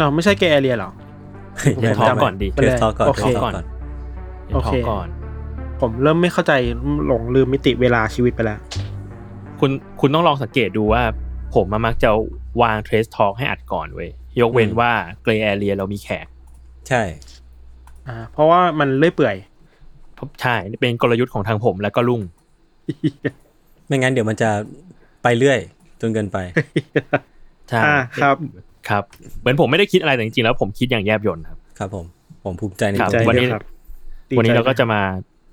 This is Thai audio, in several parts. อ๋อไม่ใช่แกเอเรียหรอ เดี๋ยวทอก่อนดิ เทสทอก่อน โอ เท เค สทอก่อน โอ เดี๋ยวท เค อก่อน ผมเริ่มไม่เข้าใจหลงลืมมิติเวลาชีวิตไปแล้ว คุณคุณต้องลองสังเกตดูว่า ผมมามักจะวาง Trace Talk ให้อัดก่อนเว้ย ยกเว้น อืม ว่า Gray Area เรามีแขก ใช่ อ่า เพราะว่ามันเลื่อยเปื่อย เพราะใช่ เป็นกลยุทธ์ของทางผมแล้วก็ลุง ไม่งั้นเดี๋ยวมันจะไปเรื่อยจนเกินไป ใช่ อ่าครับ ครับ เหมือนผมไม่ได้คิดอะไรแต่จริงๆแล้วผมคิดอย่างแยบยลครับ ครับผม ผมภูมิใจใน ครับ ใจ วันนี้ ดีใจครับ วันนี้เราก็จะมา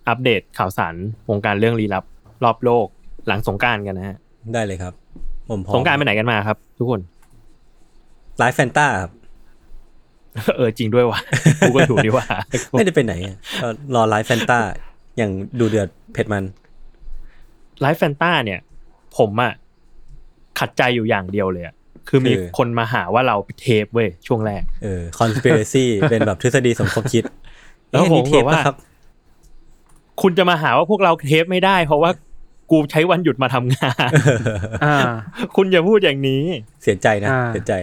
อัปเดตข่าวสารวงการเรื่องลี้ลับรอบโลกหลังสงกรารกันนะฮะ ได้เลยครับ ผมพร้อม สงกรารไปไหนกันมาครับ ทุกคน ไลฟ์แฟนต้าครับ เออจริงด้วยว่ะ กูก็ถูกดีว่า ไม่ได้ไปไหนอะก็รอไลฟ์แฟนต้าอย่างดูเดือดเผ็ดมัน ไลฟ์แฟนต้าเนี่ย ผมอะขัดใจอยู่อย่างเดียวเลยอะคือมี คือ คนมาหาว่าเราเทปเว้ยช่วงแรก เออ conspiracy เป็นแบบทฤษฎีสมคบคิด แล้วผม เอ๊ะนี่เทป บอกว่า ปะครับ คุณจะมาหาว่าพวกเราเทปไม่ได้ เพราะว่ากูใช้วันหยุดมาทำงาน อ่า คุณอย่าพูดอย่างนี้ เสียใจนะ อ่า เสียใจ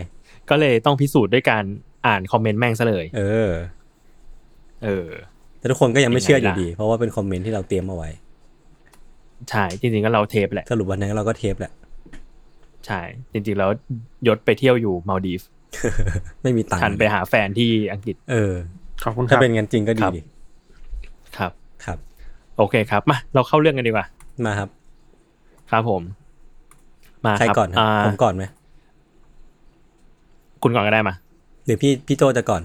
ก็เลยต้องพิสูจน์ด้วยการอ่านคอมเมนต์แม่งซะเลย เออ เออ แต่ทุกคนก็ยังไม่เชื่ออ ยังไง ยู่ ล่ะ ดี เพราะว่าเป็นคอมเมนต์ที่เราเตรียมเอาไว้ ใช่จริงๆก็เราเทปแหละ สรุปวันนั้นเราก็เทปแหละ ใช่จริงๆแล้วยศไปเที่ยวอยู่มาลดีฟส์ ไม่มีตัง ฉัน ค์ ไปหาแฟนที่อังกฤษ เออ ขอบคุณค ถ้า รับ เป็นงั้นจริงก็ดีดี ครับ ครับ โอเคครับมาเราเข้าเรื่องกันดีกว่า มาครับ ครับผม มา ใคร ครับ ก่อนครับ อ่า ผมก่อนไหม คุณก่อนก็ได้มา หรือพี่พี่โจจะก่อน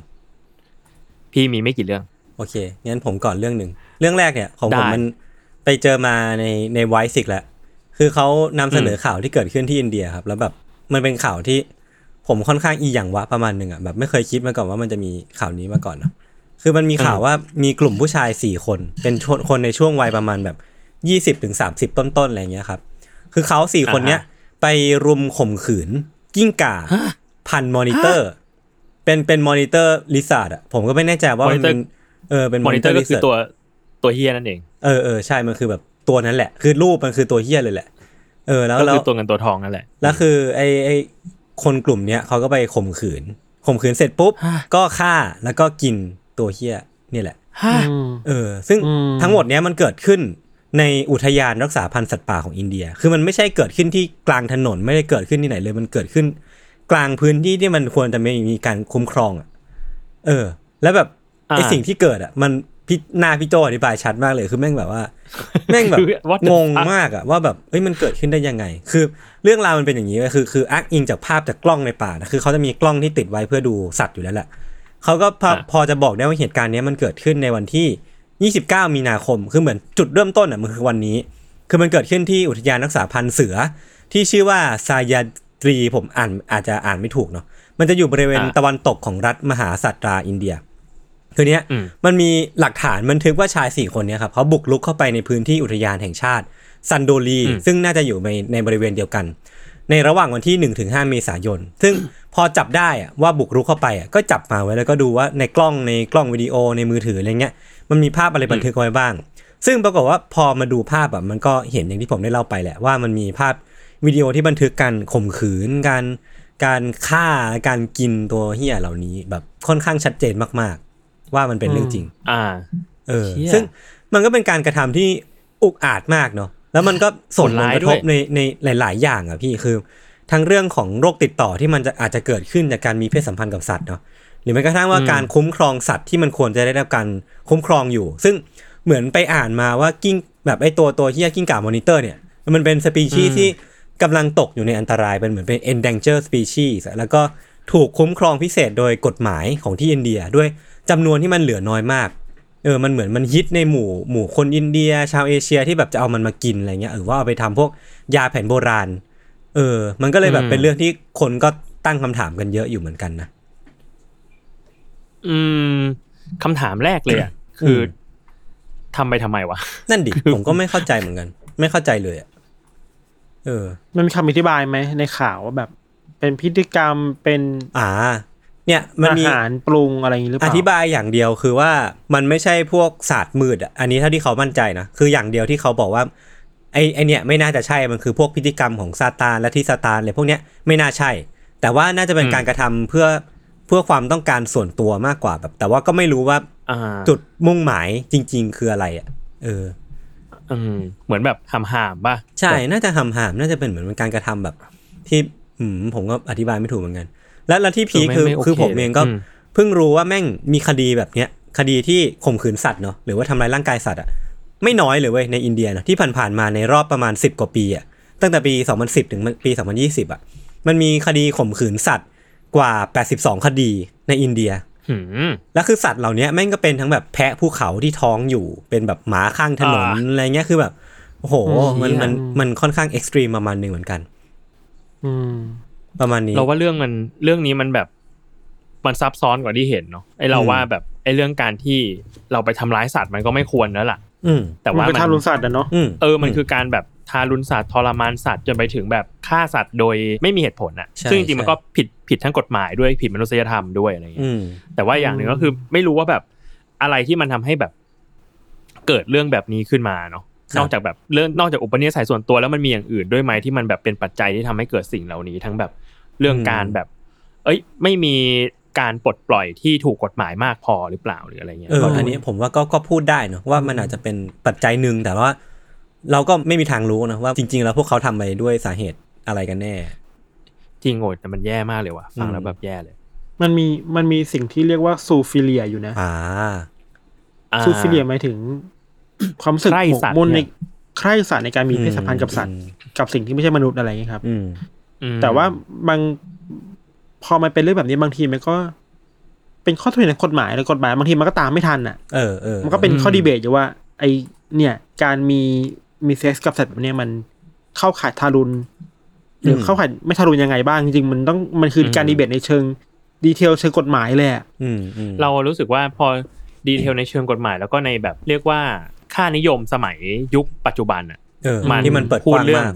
พี่มีไม่กี่เรื่อง โอเค งั้นผมก่อนเรื่องหนึ่ง เรื่องแรกเนี่ยของผม ได้ มันไปเจอมาในในไวซิกแหละ คือเขานำเสนออข่าวที่เกิดขึ้นที่อินเดียครับ แล้วแบบมันเป็นข่าวที่ผมค่อนข้างอีหยังวะประมาณหนึ่งอ่ะ แบบไม่เคยคิดมาก่อนว่ามันจะมีข่าวนี้มาก่อนเนอะคือมันมีข่าวว่ามีกลุ่มผู้ชายสี่คน เป็นชนคนในช่วงวัยประมาณแบบยี่สิบถึงสามสิบต้นๆอะไรอย่างเงี้ยครับ คือเขาสี่คนเนี้ย อ่า ไปรุมข่มขืน กิ้งก่า พันมอนิเตอร์ เป็นเป็นมอนิเตอร์ลิซาร์ดอะผมก็ไม่แน่ใจว่ามันเป็น monitor เออเป็น มอนิเตอ monitor ร์ก็คือ lizard ตัวตัวเฮียนั่นเอง เออเออใช่มันคือแบบตัวนั้นแหละ คือรูปมันคือตัวเฮี้ยเลยแหละ เออแล้ว ก็ แล้ คื ว อตัวเงินตัวทองนั่นแหละ แล้วคือไอไอคนกลุ่มเนี้ยเขาก็ไปข่มขืนข่มขืนเสร็จปุ๊บ ฮะ ก็ฆ่าแล้วก็กินตัวเฮี้ยเนี่ยแหละ อืม เออซึ่ง อืม ทั้งหมดเนี้ยมันเกิดขึ้นในอุทยานรักษาพันธุ์สัตว์ป่าของอินเดีย คือมันไม่ใช่เกิดขึ้นที่กลางถนนไม่ได้เกิดขึ้นที่ไหนเลย มันเกิดขึ้น กลางพื้นที่ที่มันควรจะมีมีการคุ้มครองอ่ะ เออ แล้วแบบไอ อ่า สิ่งที่เกิดอ่ะ มันพี่หน้าพี่โจอธิบายชัดมากเลยคือแม่งแบบว่า แม่งแบบ คือ what the งง fuck มากอะว่าแบบเอ้ยมันเกิดขึ้นได้ยังไง คือเรื่องราวมันเป็นอย่างนี้เว้ยคือคืออ้างอิงจากภาพจากกล้องในป่านะคือเขาจะมีกล้องที่ติดไว้เพื่อดูสัตว์อยู่แล้วแหละเขาก็พอ อ่ะ พอจะบอกได้ว่าเหตุการณ์เนี้ยมันเกิดขึ้นในวันที่ 29 มีนาคม คือเหมือนจุดเริ่มต้นอะมันคือวันนี้ คือมันเกิดขึ้นที่อุทยานรักษาพันธุ์เสือ ที่ชื่อว่าซายาตรีผมอ่านอาจจะอ่านไม่ถูกเนาะมันจะอยู่บริเวณ อ่ะ ตะวันตกของรัฐมหาสัตราอินเดีย คือเนี้ย อืม มันมีหลักฐานบันทึกว่าชายสี่คนเนี้ครับเขาบุกลุกเข้าไปในพื้นที่อุทยานแห่งชาติซันโดลี อืม ซึ่งน่าจะอยู่ในในบริเวณเดียวกัน ในระหว่างวันที่1นถึงหเมษายน ซึ่งพอจับได้อะว่าบุกรุกเข้าไปอะก็จับมาไว้แล้วก็ดูว่าในกล้องในกล้องวิดีโอในมือถืออะไรเงี้ยมันมีภาพอะไรบันทึกเอาไว้บ้าง ซึ่งปรากฏว่าพอมาดูภาพอะมันก็เห็นอย่างที่ผมได้เล่าไปแหละว่ามันมีภาพวิดีโอที่บันทึกการข่มขืนการการฆ่าและการกินตัวเหี้ยเหล่านี้แบบค่อนข้างชัดเจนมากๆ ว่ามันเป็นเรื่องจริง อ่า เออ เชี่ย ซึ่งมันก็เป็นการกระทำที่อุกอาจมากเนาะแล้วมันก็ส่งผลกระทบ โหดร้ายด้วย ในในหลาย ๆ อย่างอะพี่คือ ทั้งเรื่องของโรคติดต่อที่มันจะอาจจะเกิดขึ้นจากการมีเพศสัมพันธ์กับสัตว์เนาะหรือแม้กระทั่งว่าการคุ้มครองสัตว์ที่มันควรจะได้รับการคุ้มครองอยู่ ซึ่งเหมือนไปอ่านมาว่ากิ้งแบบไอ้ตัวตัวเฮียกิ้งก่ามอนิเตอร์เนี่ย มันเป็นสปีชีส์ที่กำลังตกอยู่ในอันตรายเป็นเหมือนเป็น endangered species อะแล้วก็ถูกคุ้มครองพิเศษโดยกฎหมายของที่อินเดียด้วยจำนวนที่มันเหลือน้อยมาก เออ มันเหมือนมันฮิตในหมู่หมู่คนอินเดีย ชาวเอเชียที่แบบจะเอามันมากินอะไรเงี้ยหรือว่าเอาไปทำพวกยาแผนโบราณ เออ มันก็เลยแบบ อืม เป็นเรื่องที่คนก็ตั้งคำถามกันเยอะอยู่เหมือนกันนะ อืมคำถามแรกเลยอ่ะ คืออทำไปทำไมวะ นั่นดิ ผมก็ไม่เข้าใจเหมือนกัน ไม่เข้าใจเลยอะเออ มันมีคำอธิบายไหมในข่าวว่าแบบ เป็นพฤติกรรมเป็น อ่า เนี่ยมัน อา มี หารปรุงอะไรอย่างนี้หรือเป อ ล่า ธิบายอย่างเดียวคือว่ามันไม่ใช่พวกศาสตร์มืดอะอันนี้เท่าที่เขามั่นใจนะ คืออย่างเดียวที่เขาบอกว่าไอ้ไอเนี่ยไม่น่าจะใช่มันคือพวกพฤติกรรมของซาตานและที่ซาตานอะไรพวกเนี้ยไม่น่าใช่ แต่ว่าน่าจะเป็น อืม การกระทำเพื่อเพื่อความต้องการส่วนตัวมากกว่าแบบ แต่ว่าก็ไม่รู้ว่า อ่า จุดมุ่งหมายจริง ๆ คืออะไรอะเออ อืมเหมือนแบบหามหามๆป่ะ ใช่ น่าจะหำหามน่าจะเป็นเหมือนเป็นการกระทำแบบ ที่อืมผมก็อธิบายไม่ถูกเหมือนกัน แล้วแล้วที่พีคคือ ไไโ คือผมเองก็ ลย เพิ่งรู้ว่าแม่งมีคดีแบบเนี้ย คดีที่ข่มขืนสัตว์เนาะหรือว่าทำร้ายร่างกายสัตว์อะไม่น้อยเลยเว้ยในอินเดียเนอะที่ผ่านๆมาในรอบประมาณ 10 กว่าปีอะตั้งแต่ปี 2010 ถึงปี 2020อะมันมีคดีข่มขืนสัตว์กว่า 82 คดีในอินเดีย อืม แล้วคือสัตว์เหล่าเนี้ยแม่งก็เป็นทั้งแบบแพะภูเขาที่ท้องอยู่เป็นแบบหมาข้างถนน อ่า อะไรเงี้ยคือแบบโอ้โหมัน เหี้ย มันมันค่อนข้างเอ็กซ์ตรีมประมาณหนึ่งเหมือนกัน อืม ประมาณนี้ เราว่าเรื่องมันเรื่องนี้มันแบบมันซับซ้อนกว่าที่เห็นเนาะไอเรา อืม ว่าแบบไอเรื่องการที่เราไปทำร้ายสัตว์มันก็ไม่ควรแล้วล่ะ อืม แต่ มัน ว่า เป็นทารุณสัตว์นะเนาะ อืม เออมันคือการแบบทารุณสัตว์ทรมานสัตว์จนไปถึงแบบฆ่าสัตว์โดยไม่มีเหตุผลอ่ะซึ่งจริงๆมันก็ผิดผิดทั้งกฎหมายด้วยผิดมนุษยธรรมด้วยอะไรอย่างเงี้ย อืม แต่ว่าอย่างหนึ่ง อืม ก็คือไม่รู้ว่าแบบอะไรที่มันทำให้แบบเกิดเรื่องแบบนี้ขึ้นมาเนาะ ครับ นอกจากแบบเรื่องนอกจากอุปนิสัยส่วนตัวแล้วมันมีอย่างอื่นด้วยไหมที่มันแบบเป็นปัจจัยที่ทำให้เกิดสิ่งเหล่านี้ ทั้งแบบเรื่องการแบบ เอ้ย ไม่มีการปลดปล่อยที่ถูกกฎหมายมากพอหรือเปล่าหรืออะไรเงี้ย เออ อันนี้ผมว่าก็ก็พูดได้เนอะว่ามันอาจจะเป็นปัจจัยหนึ่งแต่ว่า เราก็ไม่มีทางรู้นะว่าจริง ๆ แล้วพวกเขาทำไปด้วยสาเหตุอะไรกันแน่ จริงโงดแต่มันแย่มากเลยว่ะฟังแล้ อื ว ม แบบแย่เลย มันมีมันมีสิ่งที่เรียกว่าซูฟิเลียอยู่นะ อ่า อ่า ซูฟิเลียหมายถึง ความรู้สึก ใคร่ หมก สัตว์ มุ่น เนี่ ใน ย ใคร่สัตว์ในการมี อืม เพศสัมพันธ์กับสัตว์ อืม กับสิ่งที่ไม่ใช่มนุษย์อะไรอย่างเงี้ยครับ อืม อืม แต่ว่าบางพอมันเป็นเรื่องแบบนี้บางทีมันก็ เป็นข้อถกเถียงในกฎหมายในกฎหมายบางทีมันก็ตามไม่ทันอ่ะ เออเออ มันก็เป็นข้อดีเบตอยู่ว่า ไอเนี่ย การมีมีเซ็กซ์กับสัตว์แบบเนี้ยมันเข้าข่ายทารุณหรือเข้าข่ายไม่ทารุณยังไงบ้างจริงๆมันต้องมันคือการดีเบตในเชิง ดีเทลเชิงกฎหมายเลยอะ อืมอืม เรารู้สึกว่าพอดีเทลในเชิงกฎหมาย แล้วก็ในแบบเรียกว่าค่านิยมสมัยยุคปัจจุบันอะ เออ มัน ที่มันเปิด พู ก ด ว้าง เรื่อง มาก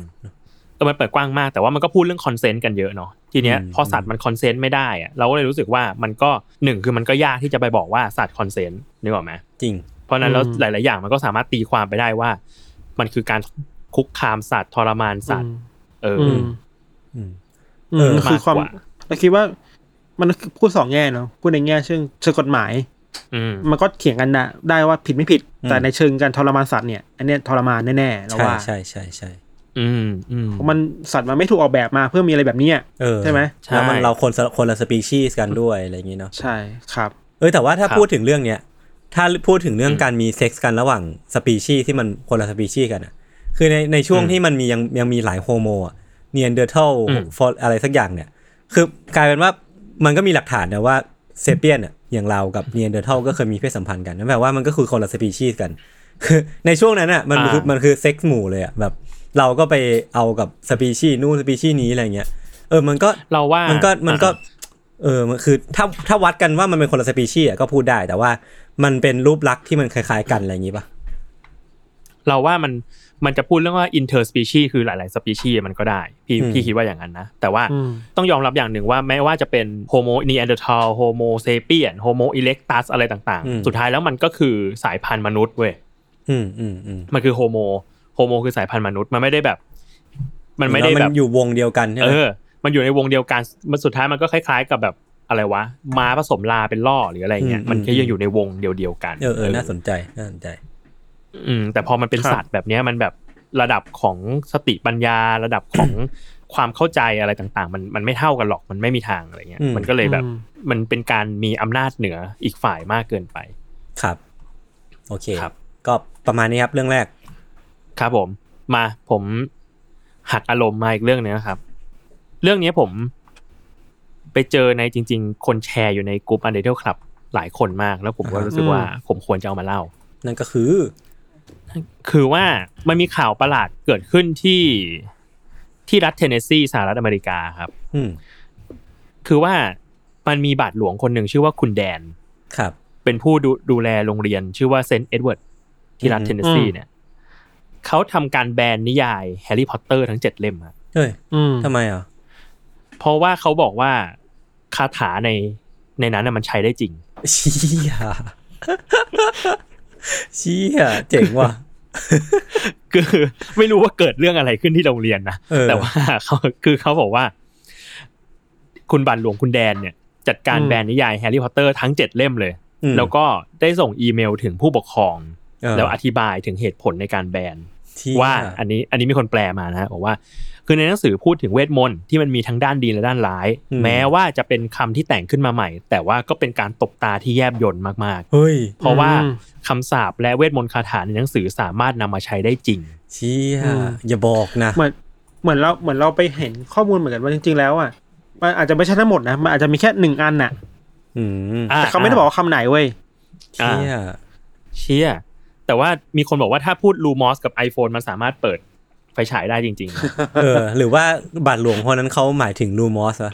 เออมันเปิดกว้างมากแต่ว่ามันก็พูดเรื่องคอนเซนต์กันเยอะเนาะทีเนี้ย อืม พอสัตว์มันคอนเซนต์ไม่ได้อะเราก็เลยรู้สึกว่ามันก็หนึ่งคือมันก็ยากที่จะไปบอกว่าสัตว์คอนเซนต์นึกออกไหม จริง เพราะฉะนั้นแล้ว อืม หลาย ๆ อย่างมันก็สามารถตีความไปได้ว่า มันคือการคุกคามสัตว์ทรมานสัตว์เอออ อืม อืม อื เอ ม อ คือความ มากกว่า เราคิดว่ามันคือพูดสองแง่เนาะพูดในแง่เชิงเชิงกฎหมาย อืม มันก็เถียงกันนะได้ว่าผิดไม่ผิด อืม แต่ในเชิงการทรมานสัตว์เนี่ย อันเนี้ยทรมานแน่ๆเรา ใช่ ว่า ใช่ใช่ใช่ อืมอืม เพราะมันสัตว์มันไม่ถูกออกแบบมาเพื่อมีอะไรแบบเนี้ย เออ ใช่ไหม แล้วมัน ใช่ เราคนละคนละสปีชีส์กันด้วยอะไรอย่างงี้เนาะ ใช่ครับ เออแต่ว่าถ้า ครับ พูดถึงเรื่องเนี้ยถ้าพูดถึงเรื่อง อืม การมีเซ็กซ์กันระหว่างสปีชีส์ที่มันคนละสปีชีส์กันอะคือในในช่วง อืม ที่มันมียังยังมีหลายโฮโมเนียนเดอร์เทล อืม ฟออะไรสักอย่างเนี่ย คือกลายเป็นว่ามันก็มีหลักฐานนะว่าเซเปียนอ่ะอย่างเรากับเนียนเดอร์เทลก็เคยมีเพศสัมพันธ์กันนั่นแปลว่ามันก็คือคนละสปีชีส์กัน คือในช่วงนั้นอ่ะมันคือ อ่ามั มันคือเซ็กซ์หมู่เลยอ่ะแบบ เราก็ไปเอากับสปีชีส์นู่นสปีชีส์นี้อะไรเงี้ยเออมันก็ เราว่ามั นก็มันก็เออมันคือถ้าถ้าวัดกันว่ามันเป็นคนละสปีชีส์อ่ะก็พูดได้แต่ว่ามันเป็นรูปลักษณ์ที่มันคล้ายๆกันอะไรอย่างงี้ป่ะ เราว่ามันมันจะพูดเรื่องว่า interspecies คือหลาย ๆ species มันก็ได้ พี่ อืม พี่คิดว่าอย่างนั้นนะ แต่ว่า อืม ต้องยอมรับอย่างหนึ่งว่าแม้ว่าจะเป็น homo neanderthal homo sapien homo erectus อะไรต่าง ๆ สุดท้ายแล้วมันก็คือสายพันธุ์มนุษย์เว้ย อืมอืมอืม มันคือ homo homo คือสายพันธุ์มนุษย์ มันไม่ได้แบบ มันไม่ได้ ล้ว แบบ อยู่วงเดียวกันใช่ไหมเออ มันอยู่ในวงเดียวกัน มันสุดท้ายมันก็คล้าย ๆ กับแบบอะไรวะ ม้าผสมลาเป็นล่อหรืออะไรเงี้ย มันก็ยังอยู่ในวงเดียวๆกัน เออเออน่าสนใจน่าสนใจ อืมแต่พอมันเป็น ครับ สัตว์แบบเนี้ยมันแบบระดับของสติปัญญาระดับ ของ ความเข้าใจอะไรต่างๆ มันมันไม่เท่ากันหรอกมันไม่มีทางอะไรเงี้ย อืม มันก็เลยแบบมันเป็นการมีอำนาจเหนืออีกฝ่ายมากเกินไป ครับ โอเค ครับ ก็ประมาณนี้ครับเรื่องแรก ครับผม มาผมหักอารมณ์มาอีกเรื่องหนึงนะครับ เรื่องเนี้ยผม ไปเจอในจริง ๆ คนแชร์อยู่ในกลุ่มอันเดอร์คลับหลายคนมากแล้วผมก็ อ่าฮะ รู้สึกว่าผมควรจะเอามาเล่า นั่นก็คือ คือว่ามันมีข่าวประหลาดเกิดขึ้นที่ที่รัฐเทนเนสซีสหรัฐอเมริกาครับ อืม คือว่ามันมีบาทหลวงคนหนึ่งชื่อว่าคุณแดน ครับ เป็นผู้ดูดูแลโรงเรียนชื่อว่าเซนต์เอ็ดเวิร์ดที่รัฐ อืม เทนเนสซี อืม เนี่ยเขาทำการแบนนิยายแฮร์รี่พอตเตอร์ทั้งเจ็ดเล่มอะ เฮ้ย อืม ทำไมอ่ะ เพราะว่าเขาบอกว่าคาถาในในนั้นน่ะมันใช้ได้จริง เชี่ย เชี่ยเจ๋งว่ะ คือไม่รู้ว่าเกิดเรื่องอะไรขึ้นที่โรงเรียนนะ เออ แต่ว่าเขาคือเขาบอกว่า คุณบันหลวงคุณแดนเนี่ย จัดการแบรนด์นิยายแฮร์รี่พอตเตอร์ทั้งเจ็ดเล่มเลย อืม แล้วก็ได้ส่งอีเมลถึงผู้ปกครอง เออ แล้วอธิบายถึงเหตุผลในการแบน เชี่ย ว่าอันนี้อันนี้มีคนแปลมานะฮะบอกว่า คือในหนังสือพูดถึงเวทมนต์ที่มันมีทั้งด้านดีและด้านร้าย แม้ว่าจะเป็นคำที่แต่งขึ้นมาใหม่ แต่ว่าก็เป็นการตบตาที่แยบยนต์มาก ๆ เฮ้ย เพราะว่าคำสาปและเวทมนต์คาถาในหนังสือสามารถนำมาใช้ได้จริง เชี่ยอย่าบอกนะ เหมือนเหมือนเราเหมือนเราไปเห็นข้อมูลเหมือนกันว่าจริง ๆ แล้วอ่ะมันอาจจะไม่ใช่ทั้งหมดนะมันอาจจะมีแค่หนึ่งอันน่ะ อืม แต่เขาไม่ได้บอกว่าคำไหนเว้ย อ่า เชี่ย เชี่ยแต่ว่ามีคนบอกว่าถ้าพูดลูมอสกับ iPhone มันสามารถเปิดไฟฉายได้จ ริง เออ หรือว่าบาทหลวงคนนั้นเขาหมายถึงลูมอสอะ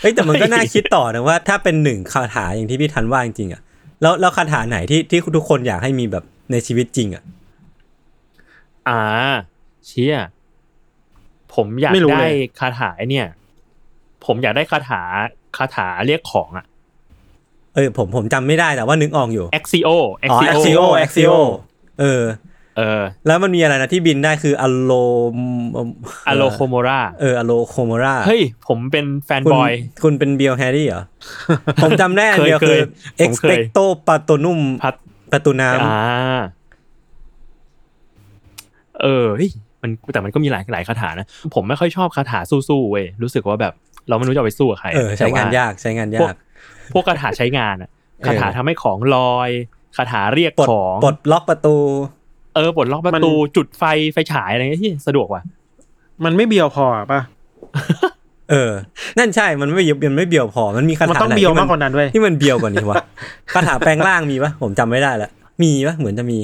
เฮ้ยแต่มันก็น่าคิดต่อนะว่าถ้าเป็นหนึ่งคาถาอย่างที่พี่ทันว่าจริงๆอะแล้วแล้วคาถาไหนที่ที่ทุกคนอยากให้มีแบบในชีวิตจริงอะ ๆ อ่า เชี่ยผมอยาก ไม่รู้ ได้ เลย คาถาไอ้เนี่ย ผมอยากได้คาถาคาถาเรียกของอะ เออผมผมจำไม่ได้แต่ว่านึกออกอยู่ Axio อ๋อ Axio Axio Axio เออ เออ แล้วมันมีอะไรนะที่บินได้คืออโล อโลโคโมรา เอออโลโคโมรา เฮ้ย ผมเป็นแฟน คุณ บอย คุณเป็นเบียลแฮร์รี่เหรอ ผมจำได้อันเดียว เคย คือ เคยผมเคย expecto patronum พัด ประตูน้ำ อ่า เออเฮ้ยมันแต่มันก็มีหลายหลายคาถานะ ผมไม่ค่อยชอบคาถาสู้ๆเว้ยรู้สึกว่าแบบ เราไม่รู้จะเอาไปสู้กับใคร เออใช้งาน แต่ว่ ยากใช้งาน พวย าก ก พวกคาถาใช้งานอะคาถาทำให้ของลอย คาถาเรียก ปลด ของ ปลดล็อกประตู เออปลดล็อกประตูจุดไฟไฟฉายอะไรเงี้ยที่สะดวกว่ะ มันไม่เบียวพอป่ะ เออ นั่นใช่มันไม่เบียวมันไม่เบียวพอมันมีคา มัน ถา ต้อง ไหน เบียว ที่ มากกว่านั้นเว้ย ที่มันเบียวกว่านี้วะ คาถาแปลงร่างมีปะผมจำไม่ได้ละมีปะเหมือนจะมี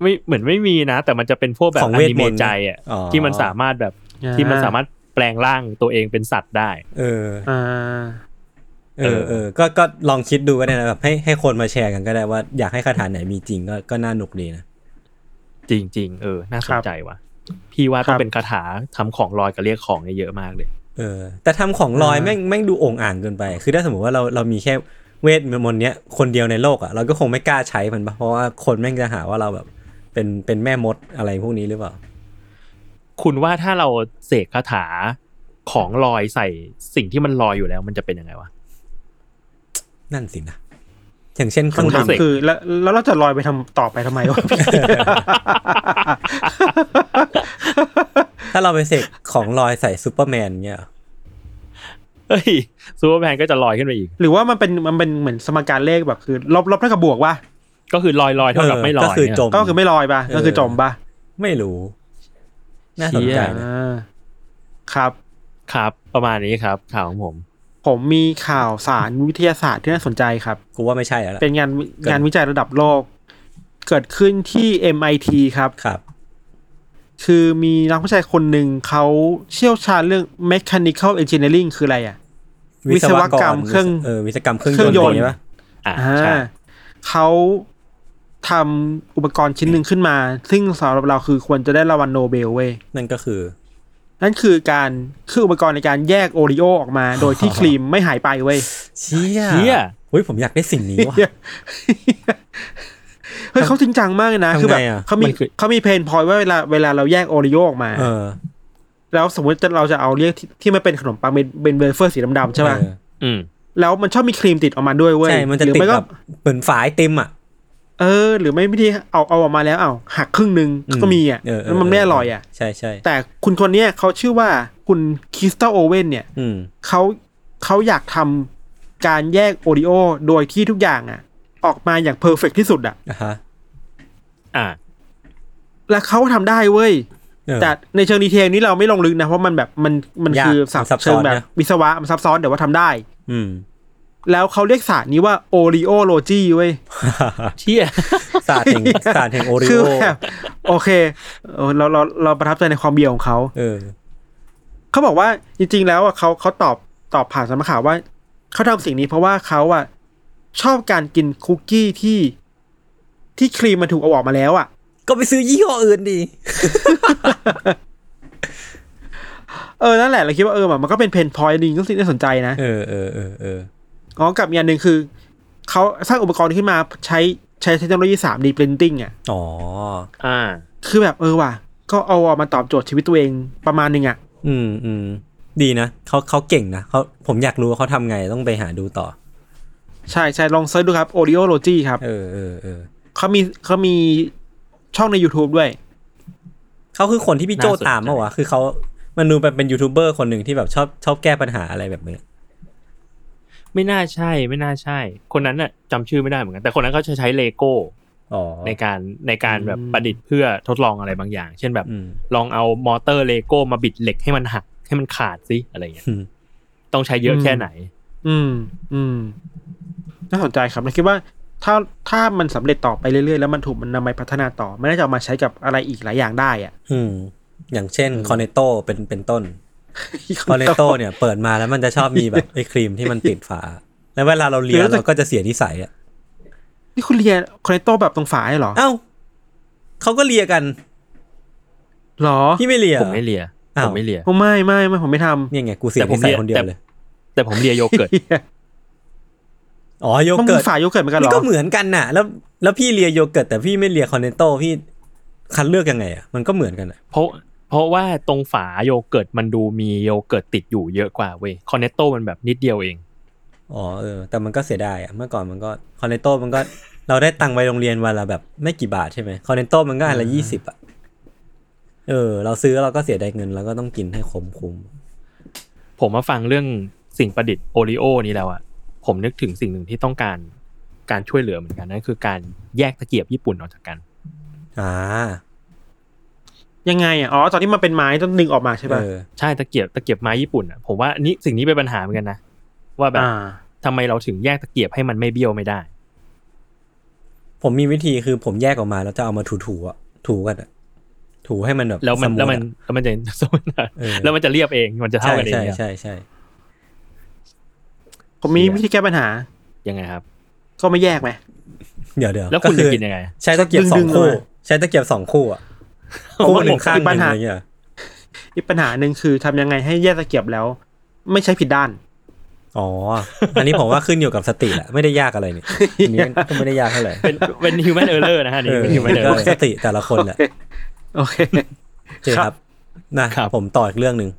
ไม่เหมือนไม่มีนะ แต่มันจะเป็นพวกแบบ ของ อ เวท นิเมะ มนต์ ใจอะ อ๋อ ที่มันสามารถแบบที่มันสามารถแปลงร่างตัวเองเป็นสัตว์ได้ เออ อ่า เออเออก็ก็ลองคิดดูก็ได้นะแบบให้ให้คนมาแชร์กันก็ได้ว่าอยากให้คาถาไหนมีจริงก็ก็น่าหนุกดีนะ จริงจริงๆเออ น่าส ครั น บ ใจว่ะ พี่ว่าต้อ ครั ง บ เป็นคาถาทำของลอยกับเรียกของเนี่ยเยอะมากเลย เออ แต่ทำของลอย อ่า แม่งแม่งดูโองอ่างเกินไป คือถ้าสมมติว่าเราเรามีแค่เวทมนต์เนี้ยคนเดียวในโลกอ่ะเราก็คงไม่กล้าใช้มันปะเพราะว่าคนแม่งจะหาว่าเราแบบ เป็นเป็นแม่มดอะไรพวกนี้หรือเปล่า คุณว่าถ้าเราเสกคาถาของลอยใส่สิ่งที่มันลอยอยู่แล้ว มันจะเป็นยังไงวะ นั่นสินะ อย่างเช่น คำถาม เสก คือแล้วแล้วเราจะลอยไปทำต่อไปทำไมวะพี่ ถ้าเราไปเสกของลอยใส่ซูเปอร์แมนเนี่ยเหรอ เฮ้ยซูเปอร์แมนก็จะลอยขึ้นไปอีก หรือว่ามันเป็นมันเป็นเหมือนสมการเลขแบบคือ ลบลบเท่ากับบวกวะ ก็คือลอยลอยๆเท่ากับไม่ลอย ก็คือ เนี่ย จม ก็คือไม่ลอยปะ เออ ก็คือจมปะ ไม่รู้ น่าสนใจ เชี่ย นะ อ่าครับ ครับ ประมาณนี้ครับ ข่าวของผม ผมมีข่าวสารวิทยาศาสตร์ที่น่าสนใจครับ กูว่าไม่ใช่แล้วล่ะ เป็นงานวิ เกิด งานวิจัยระดับโลก เกิดขึ้นที่ MIT ครับ ครับ คือมีนักวิจัยคนหนึ่งเขาเชี่ยวชาญเรื่อง mechanical engineering คืออะไรอ่ะ วิศวกรรมเครื่อง เออวิศวกรรมเครื่อง เครื่อง ย ย น นต์ ต์ใช่ปะ อ่า อ่า ใช่ เขาทำอุปกรณ์ชิ้นหนึ่งขึ้นมา ซึ่งสำหรับเราคือควรจะได้รางวัลโนเบลเว้ย นั่นก็คือ นั่นคือการคืออุปกรณ์ในการแยกโอริโอออกมา โดยที่ครีมไม่หายไปเว้ย เชี่ย เชี่ย อุ้ยผมอยากได้สิ่งนี้ว่ะ เฮ้ยเขาจริงจังมากเลยนะ ทำไง คือแบบ อะ เขามีเขามีเพนพอยว่าเวลาเวลาเราแยกโอริโอออกมา เออ แล้วสมมติจะเราจะเอาเรียกที่ที่มันเป็นขนมปังเป็นเป็นเบเฟอร์สีดำๆใช่ป่ะ เออ อืม แล้วมันชอบมีครีมติดออกมาด้วยเว้ย ใช่มันจะ หรือ ติด ไม่ แบ ก็ บเหมือนฝายเต็มอ่ะ เออ หรือไม่ไม่ที่เอาเอาออกมาแล้วเอาหักครึ่งหนึ่ง อืม ก็มีอ่ะ เออเ แล้วมันไม่อร่อยอ่ะ ใช่ใช่ แต่คุณคนเนี้ยเขาชื่อว่าคุณคริสตัลโอเว่นเนี่ย อืม เขาเขาอยากทำการแยกโอริโอโดยที่ทุกอย่างอะออกมาอย่างเพอร์เฟกที่สุดอะ นะฮะ อ่า และเขาทำได้เว้ย เออ แต่ในเชิงดีเทลนี้เราไม่ลงลึกนะ เพราะมันแบบมันมัน ยาก คือ มันซับซ้อน เชิงแบบ นะ วิศวะมันซับซ้อนแต่ว่าทำได้ อืม แล้วเขาเรียกศาสตร์นี้ว่าโอริโอโลจีเว้ย เชี่ย ศาสตร์แห่ง ศาสตร์แห่งโอริ คือ โอ แบบโอเคเออเราเราเราประทับใจในความเบียวของเขา เออ เขาบอกว่าจริงๆแล้วอ่ะเขาเขาตอบตอบผ่านสำนักข่าวว่า เขาทำสิ่งนี้เพราะว่าเขาอ่ะ ชอบการกินคุกกี้ที่ที่ครีมมันถูกเอาออกมาแล้วอ่ะ ก็ไปซื้อยี่ห้ออื่นดี เออ นั่นแหละเราคิดว่าเออแบบมันก็เป็นเพนพอยต์นึงก็สิ่งที่น่าสนใจนะ เออเออเออเออ อ๋อ กับอีกอย่างหนึ่งคือ เขาสร้างอุปกรณ์ขึ้นมาใช้ใช้เทคโนโลยี 3D printing อ่ะ อ๋อ อ่า คือแบบเออว่ะ ก็เอามาตอบโจทย์ชีวิตตัวเองประมาณหนึ่งอ่ะ อืมอืมดีนะเขาเขาเก่งนะเขาผมอยากรู้ว่าเขาทำไงต้องไปหาดูต่อ ใช่ใช่ลองเซิร์ชดูครับ Oreology ครับ เออเออเออ เขามีเขามีช่องใน YouTube ด้วย เขาคือคนที่พี่โจ น่าสนใจ ตามเมื่อวะคือเขามันดูเป็นเป็นยูทูบเบอร์คนหนึ่งที่แบบชอบชอบแก้ปัญหาอะไรแบบเนี้ย ไม่น่าใช่ไม่น่าใช่ คนนั้นน่ะจำชื่อไม่ได้เหมือนกัน แต่คนนั้นเขาจะใช้เลโก้ อ๋อ ในการในการแบบประดิษฐ์เพื่อทดลองอะไรบางอย่าง เช่นแบบ อืม ลองเอามอเตอร์เลโก้มาบิดเหล็กให้มันหักให้มันขาดสิอะไรเงี้ย อืม ต้องใช้เยอะแค่ไหน อืม อืม น่าสนใจครับนะคิดว่าถ้าถ้ามันสำเร็จต่อไปเรื่อยๆ แล้วมันถูกมันนำไปพัฒนาต่อ มันน่าจะเอามาใช้กับอะไรอีกหลายอย่างได้อ่ะ อืมอย่างเช่นคอนเนโตเป็นเป็นต้น คอนเนโตเนี่ยเปิดมาแล้วมันจะชอบมีแบบไอ้ครีมที่มันติดฝา แล้วเวลาเราเลีย เดี๋ยวจะ เราก็จะเสียนิสัยอ่ะ นี่คุณเรียนคอนเนโตแบบตรงฝาให้เหรอ เอ้าเขาก็เลียกัน หรอ พี่ไม่เลีย ผมไม่เลีย อ้าว ผมไม่เลีย ผมไม่ไม่ไม่ผมไม่ทำ เนี่ยไงกูเสียนิสัยคนเดียวเลย แต่ผมเลียโยเกิร์ต อ๋อโย มัน เกิ มี ร์ต ฝาโยเกิร์ตเหมือนกันเหร นี่ อ ก็เหมือนกันน่ะ แล้วแล้วพี่เลียโยเกิร์ตแต่พี่ไม่เลียคอนเนโตพี่คัดเลือกยังไงอ่ะมันก็เหมือนกันอ่ะ เพราะเพราะว่าตรงฝาโยเกิร์ตมันดูมีโยเกิร์ตติดอยู่เยอะกว่าเว้ยคอนเนตโตมันแบบนิดเดียวเอง อ๋อเออแต่มันก็เสียดายอ่ะเมื่อก่อนมันก็คอนเนโตมันก็ เราได้ตังค์ไปโรงเรียนวันละแบบไม่กี่บาทใช่ไหมคอนเนโตมันก็อันละยี่สิบอ่ะเออ เราซื้อเราก็เสียดายเงินเราก็ต้องกินให้คุ้มคุ้ม ผมมาฟังเรื่องสิ่งประดิษฐ์โอริโอนี้แล้วอะผมนึกถึงสิ่งหนึ่งที่ต้องการการช่วยเหลือเหมือนกันนั่นคือการแยกตะเกียบญี่ปุ่นออกจากกัน อ่า ยังไงอ่ะ อ๋อ ตอนที่มันเป็นไม้ต้องดึงออกมาใช่ป่ะ เออ ใช่ตะเกียบตะเกียบไม้ญี่ปุ่นอะผมว่านี่สิ่งนี้เป็นปัญหาเหมือนกันนะว่าแบบ อ่า ทำไมเราถึงแยกตะเกียบให้มันไม่เบี้ยวไม่ได้ ผมมีวิธีคือผมแยกออกมาแล้วจะเอามาถูๆอ่ะถูกันอ่ะถูให้มันแบบ แล้วมัน สท แล้วมัน อะ แล้วมันจะ สมมตินะ เออ แล้วมันจะเรียบเองมันจะเท่า ใช่ กันเอง ใช่ เนี่ย ใช่ใช่ ผมมีวิธีแก้ปัญหา ยังไงครับ ก็ไม่แยกไหม เดี๋ยวเดี๋ยว แล้วคุณ อ จะกินยังไง ใช้ตะเกียบสอ ดึ ง งๆ คู่ เลย ใช้ตะเกียบสองคู่อ่ะ ผม คู่ ว่า หนึ่ ผม งข้างห มีปั นึ่งญหา อะไรเงี้ย อีกปัญหาหนึ่งคือทำยังไงให้แยกตะเกียบแล้ว ไม่ใช้ผิดด้าน อ๋อ อันนี้ผมว่าขึ้นอยู่กับสติแหละไม่ได้ยาก อะไรนี่อันนี้ก็ไม่ได้ยากเท่าไหร่ เป็นเป็น human error นะฮะ เอ นี่ อ เป็น human ก็ error สติแต่ละคนแหละ โอเค โอเคครับนะครับ ผมต่ออีกเรื่องหนึ่ง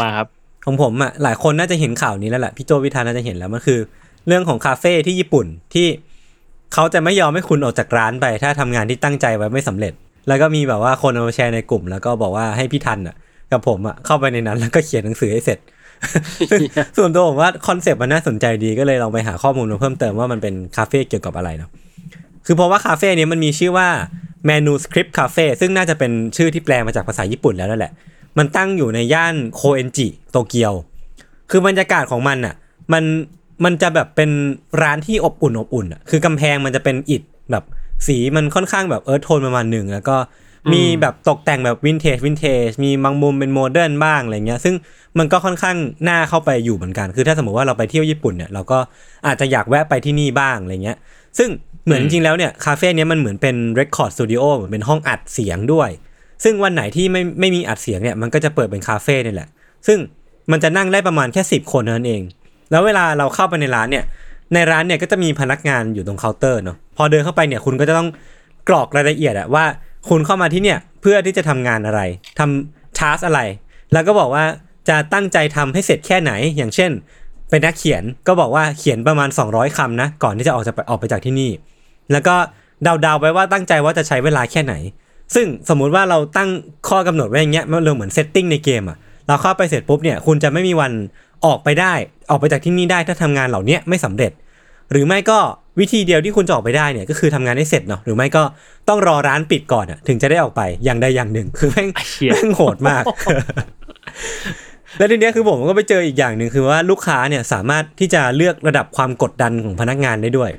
มาครับ ของผมอ่ะหลายคนน่าจะเห็นข่าวนี้แล้วแหละพี่โจวิธานน่าจะเห็นแล้วมันคือ เรื่องของคาเฟ่ที่ญี่ปุ่นที่เขาจะไม่ยอมให้คุณออกจากร้านไป ถ้าทำงานที่ตั้งใจไว้ไม่สำเร็จ แล้วก็มีแบบว่าคนเอามาแชร์ในกลุ่ม แล้วก็บอกว่าให้พี่ทันอ่ะ กับผมอ่ะเข้าไปในนั้นแล้วก็เขียนหนังสือให้เสร็จ ส่วนตัวผมว่าคอนเซปต์มันน่าสนใจดีก็เลยลองไปหาข้อมูลมาเพิ่มเติมว่ามันเป็นคาเฟ่เกี่ยวกับอะไรเนาะคือเพราะว่าคาเฟ่เนี้มันมีชื่อว่า Manuscript Cafe ซึ่งน่าจะเป็นชื่อที่แปลมาจากภาษาญี่ปุ่นแล้วนั่นแหละ มันตั้งอยู่ในย่านโคเอนจิโตเกียว คือบรรยากาศของมันอ่ะ มันมันจะแบบเป็นร้านที่อบอุ่นอบอุ่นอ่ะคือกำแพงมันจะเป็นอิฐแบบสีมันค่อนข้างแบบเอิร์ธโทนประมาณหนึ่งแล้วก็มี อืม แบบตกแต่งแบบวินเทจวินเทจมีบางมุมเป็นโมเดิร์นบ้างอะไรเงี้ย ซึ่งมันก็ค่อนข้างน่าเข้าไปอยู่เหมือนกัน คือถ้าสมมติว่าเราไปเที่ยวญี่ปุ่นเนี่ยเราก็อาจจะอยากแวะไปที่นี่บ้างอะไรเงี้ย ซึ่งเหมือนจริงๆแล้วเนี่ยคาเฟ่เนี้ยมันเหมือนเป็นเรคคอร์ดสตูดิโอเหมือนเป็นห้องอัดเสียงด้วย ซึ่งวันไหนที่ไม่ไม่มีอัดเสียงเนี่ยมันก็จะเปิดเป็นคาเฟ่นี่แหละ ซึ่งมันจะนั่งได้ประมาณแค่ 10 คนเท่านั้นเอง แล้วเวลาเราเข้าไปในร้านเนี่ย ในร้านเนี่ยก็จะมีพนักงานอยู่ตรงเคาน์เตอร์เนาะ พอเดินเข้าไปเนี่ยคุณก็จะต้องกรอกรายละเอียดอะว่าคุณเข้ามาที่เนี่ยเพื่อที่จะทำงานอะไรทำทาสอะไร แล้วก็บอกว่าจะตั้งใจทำให้เสร็จแค่ไหน อย่างเช่น เป็นนักเขียนก็บอกว่าเขียนประมาณ 200คำนะก่อนที่จะออกจะไปออกไปจากที่นี่ แล้วก็เดาๆไปว่าตั้งใจว่าจะใช้เวลาแค่ไหน ซึ่งสมมุติว่าเราตั้งข้อกำหนดไว้อย่างเงี้ยมันเรื่องเหมือนเซตติ้งในเกมอะเราเข้าไปเสร็จปุ๊บเนี่ยคุณจะไม่มีวันออกไปได้ ออกไปจากที่นี่ได้ถ้าทำงานเหล่าเนี้ยไม่สำเร็จ หรือไม่ก็วิธีเดียวที่คุณจะออกไปได้เนี่ยก็คือทำงานให้เสร็จเนาะหรือไม่ก็ต้องรอร้านปิดก่อนอะถึงจะได้ออกไปอย่างใดอย่างห นึ่ง คือแม่ง ไอ้เหี้ย แม่งโห ดมาก แล้วทีเนี้ยคือผมก็ไปเจออีกอย่างหนึ่งคือว่าลูกค้าเนี่ยสามารถที่จะเลือกระดับความกดดันของพนักงานได้ด้วย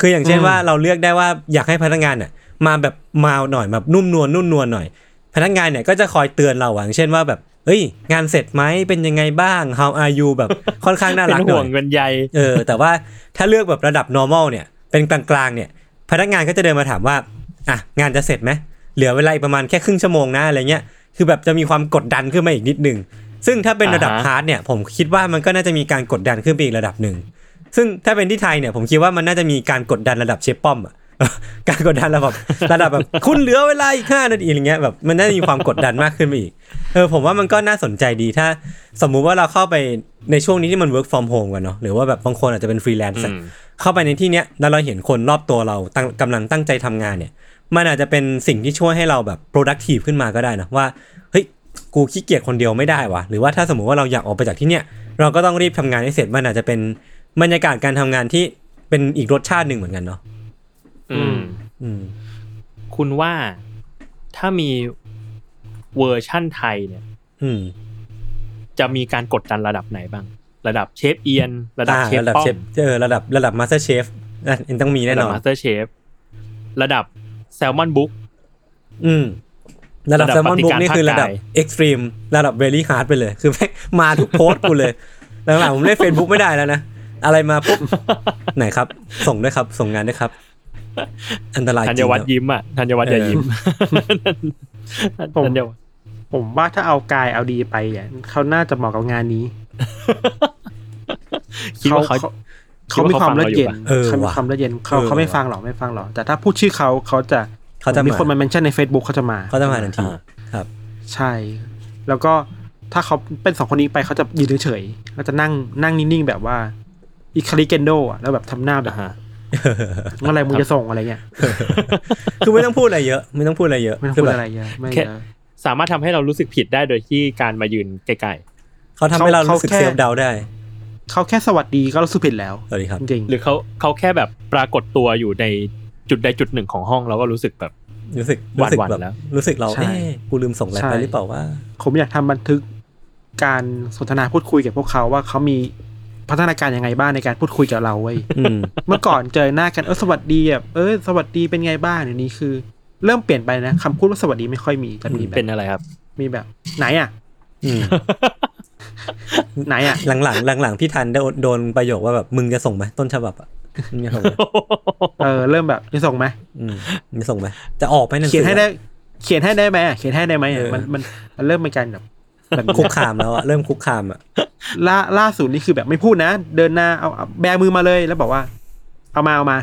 คืออย่างเช่น อืม ว่าเราเลือกได้ว่าอยากให้พนักงานเนี่ยมาแบบมาหน่อยแบบนุ่มนวลนุ่มนวลหน่อย พนักงานเนี่ยก็จะคอยเตือนเราอะอย่างเช่นว่าแบบ เอ้ย งานเสร็จไหมเป็นยังไงบ้าง how are you แบบค่อนข้างน่า เป็ รัก น ห ห่ น่ ว อง ย เป็นใย เออแต่ว่าถ้าเลือกแบบระดับ normal เนี่ย เป็นกลางๆเนี่ย พนักงานก็จะเดินมาถามว่าอ่ะงานจะเสร็จไหมเหลือเวลาอีกประมาณแค่ครึ่งชั่วโมงนะอะไรเงี้ยคือแบบจะมีความกดดันขึ้นมาอีกนิดนึง ซึ่งถ้าเป็นระดับ อ่าฮะ ฮาร์ดเนี่ยผมคิดว่ามันก็น่าจะมีการกดดันขึ้นไปอีกระดับหนึ่ง ซึ่งถ้าเป็นที่ไทยเนี่ยผมคิดว่ามันน่าจะมีการกดดันระดับเชฟป้อมอะ การกดดันระ ดับระดับแบบ คุณเหลือเวลาอีกห้านาทีอะไรเงี้ยแบบมันน่าจะมีความกดดันมากขึ้นไปอีกเออผมว่ามันก็น่าสนใจดีถ้า สมมุติว่าเราเข้าไปในช่วงนี้ที่มัน work from home กันเนาะหรือว่าแบบบางคนอาจจะเป็นฟรีแลนซ์อะ อืม เข้าไปในที่เนี้ยแล้วเราเห็นคนรอบตัวเราตั้งกำลังตั้งใจทำงานเนี่ย มันอาจจะเป็นสิ่งที่ช่วยให้เราแบบ productive ขึ้นมาก็ได้นะว่าเฮ้ยกูขี้เกียจคนเดียวไม่ได้วะหรือว่าถ้าสมมุติว่าเราอยากออกไปจากที่เนี้ยเราก็ต้องรีบทำงานให้เสร็จมันอาจจะเป็นบรรยากาศการทำงานที่เป็นอีกรสชาติหนึ่งเหมือนกันเนาะ อืม อืม คุณว่าถ้ามีเวอร์ชั่นไทยเนี่ย อืม จะมีการกดดันระดับไหนบ้าง ระดับเชฟเอียน ระดับ อ่า เชฟ ระดับ ป้อ เชฟ ม เออระดับระดับมาสเตอร์เชฟอ่ะต้องมีแน่ ระดั น บ อน มาสเตอร์เชฟระดับแซลมอนบุ๊ก อืมระดับ ระดับ แซลมอนบุ๊ก ปฏิการ นี่คือระดับ ภาคกาย เอ็กซ์ตรีมระดับเวลี่ฮาร์ดไปเลย คือแม่ งมาทุกโพสต์กูเลยหลังๆผมเล่นเฟซบุ๊กไม่ได้แล้วนะ อะไรมาปุ๊บ ไหนครับ ส่งด้วยครับ ส่งงานด้วยครับ อันตรายจ ธัญ ริง วัฒน์ นะ ยิ้มอ่ะธัญวัฒน์อย่า เออ ยิ้ม ผม ธัญวัฒน์ ผมว่าถ้าเอากายเอาดีไปอ่ะเขาน่าจะเหมาะกับงานนี้ คิดว่าเขา เขามีความละเอียด เออ เขามี ว่ะ ความละเอียดเขา เออ เขาไม่ ว่ะ ฟังหรอกไม่ฟังหรอกแต่ถ้าพูดชื่อเขาเขาจะ เขาจะ มี มา คนมาเมนชั่นใน Facebook เขาจะมา เขาจะมาทันที อ่า ครับ ใช่ แล้วก็ถ้าเขาเป็นสองคนนี้ไปเขาจะยืนเฉยๆแล้วจะนั่งนั่งนิ่งๆแบบว่าอิคาริเกนโดอ่ะแล้วแบบทำหน้าแบบ อ่าฮะ เมื่อไหรมึงจะส่งอะไรเงี้ย คือไม่ต้องพูดอะไรเยอะ ไม่ต้องพูดอะไรเยอะ ไม่ต้อง คื พูด แบบ อะไรเยอะไม่ แค่ เยอะ สามารถทำให้เรารู้สึกผิดได้โดยที่การมายืนใกล้ เขาทำให้เรารู้สึก เขาแค่ เซลฟ์เดาได้ เขาแค่สวัสดีก็รู้สึกผิดแล้ว สวัสดีครับ จริง ๆ หรือเขาเขาแค่แบบปรากฏตัวอยู่ในจุดใดจุดหนึ่งของห้องเราก็รู้สึกแบบ รู้สึก ห รู้ วาด สึก หวั่น แบบ แล้ว รู้สึกเราเอ๊ะกูลืมส่งอะไรไปหรือเปล่าว่า ผมอยากทำบันทึกการสนทนาพูดคุยกับพวกเขาว่าเขามีพัฒนาการยังไงบ้างในการพูดคุยกับเรา เว้ย อืม เมื่อก่อนเจอหน้ากันเออสวัสดีแบบเออสวัสดีเป็นไงบ้างเดี๋ยวนี้คือ เริ่มเปลี่ยนไปนะคำพูดว่าสวัสดีไม่ค่อยมีแต่มีแบ เป็ บ นอะไรครับ มีแบบ ไหนอ่ะ อืม ไหนอ่ะ หลังหลังหลังหลังๆพี่ทันได้โดนประโยคว่าแบบมึงจะส่งไหมต้นฉบับอ่ะมึงจะส่งไหม เออเริ่มแบบจะส่งไหม อืมมึงจะส่งไหมจะออกไหมหนังสื เขียนให้ อะ ได้ เขียนให้ได้ไหมอ่ะเขียนให้ได้ไหม เอ อ่ะ อ มันมันมันเริ่มเป็นการ แบบแบบนี้ คุกคามแล้วอ่ะเริ่มคุกคามอ่ะ ล่าล่าสุดนี่คือแบบไม่พูดนะ เดินหน้าเอาเอาแบมือมาเลยแล้วบอกว่า เอามาเอามา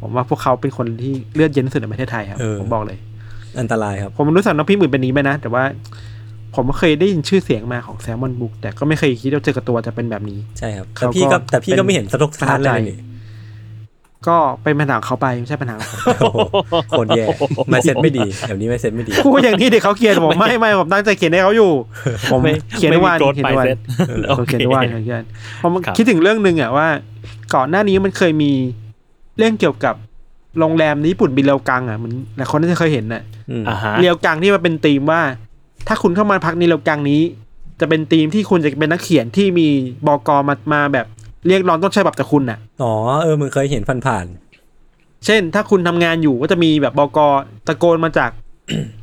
ผมว่าพวกเขาเป็นคนที่เลือดเย็นที่สุดในประเทศไทยครับผมบอกเลย อันตรายครับ ผมรู้สึกน้องพี่หมื่นเป็นนี้ไหมนะ แต่ว่า ผมเคยได้ยินชื่อเสียงมาของแซมมอนบุก แต่ก็ไม่เคยคิดว่าเจอกับตัวจะเป็นแบบนี้ ใช่ครับแต่ เขาก็ พี่ก็แต่พี่ เป็ ก็ น ไม่เห็นสะทกสะท้านอะไร ประทับใจ นี่ ก็เป็นปัญหาของเขาไปไม่ใช่ปัญหาของผม โอ้โหโคนแย่มาเซ็ตไม่ดีแบบนี้มาเซ็ตไม่ดี พูดอย่างนี้เดี๋ยวเขาเขียนผมไม่ไม่ผมตั้งใจเขียนให้เขาอยู่ ผม ไม่ เขียนทุกวัน ไม่มี growth เขียนทุกวัน mindset เออ ผมเขียนทุกวัน โอเค เขียนผม ครับ คิดถึงเรื่องหนึ่งอ่ะว่า ก่อนหน้านี้มันเคยมีเรื่องเกี่ยวกับโรงแรมในญี่ปุ่นบินเรียวกังอ่ะมันหลายคนน่าจะเคยเห็นน่ะ อืม อ่าฮะ เรียวกังที่มันเป็นธีมว่า ถ้าคุณเข้ามาพักในเรียวกังนี้ จะเป็นธีมที่คุณจะเป็นนักเขียนที่มีบกมามาแบบเรียกร้องต้นฉบับจากคุณน่ะ อ๋อเออมึงเคยเห็นผ่านผ่าน เช่น ถ้าคุณทำงานอยู่ก็จะมีแบบบกตะโกนมาจาก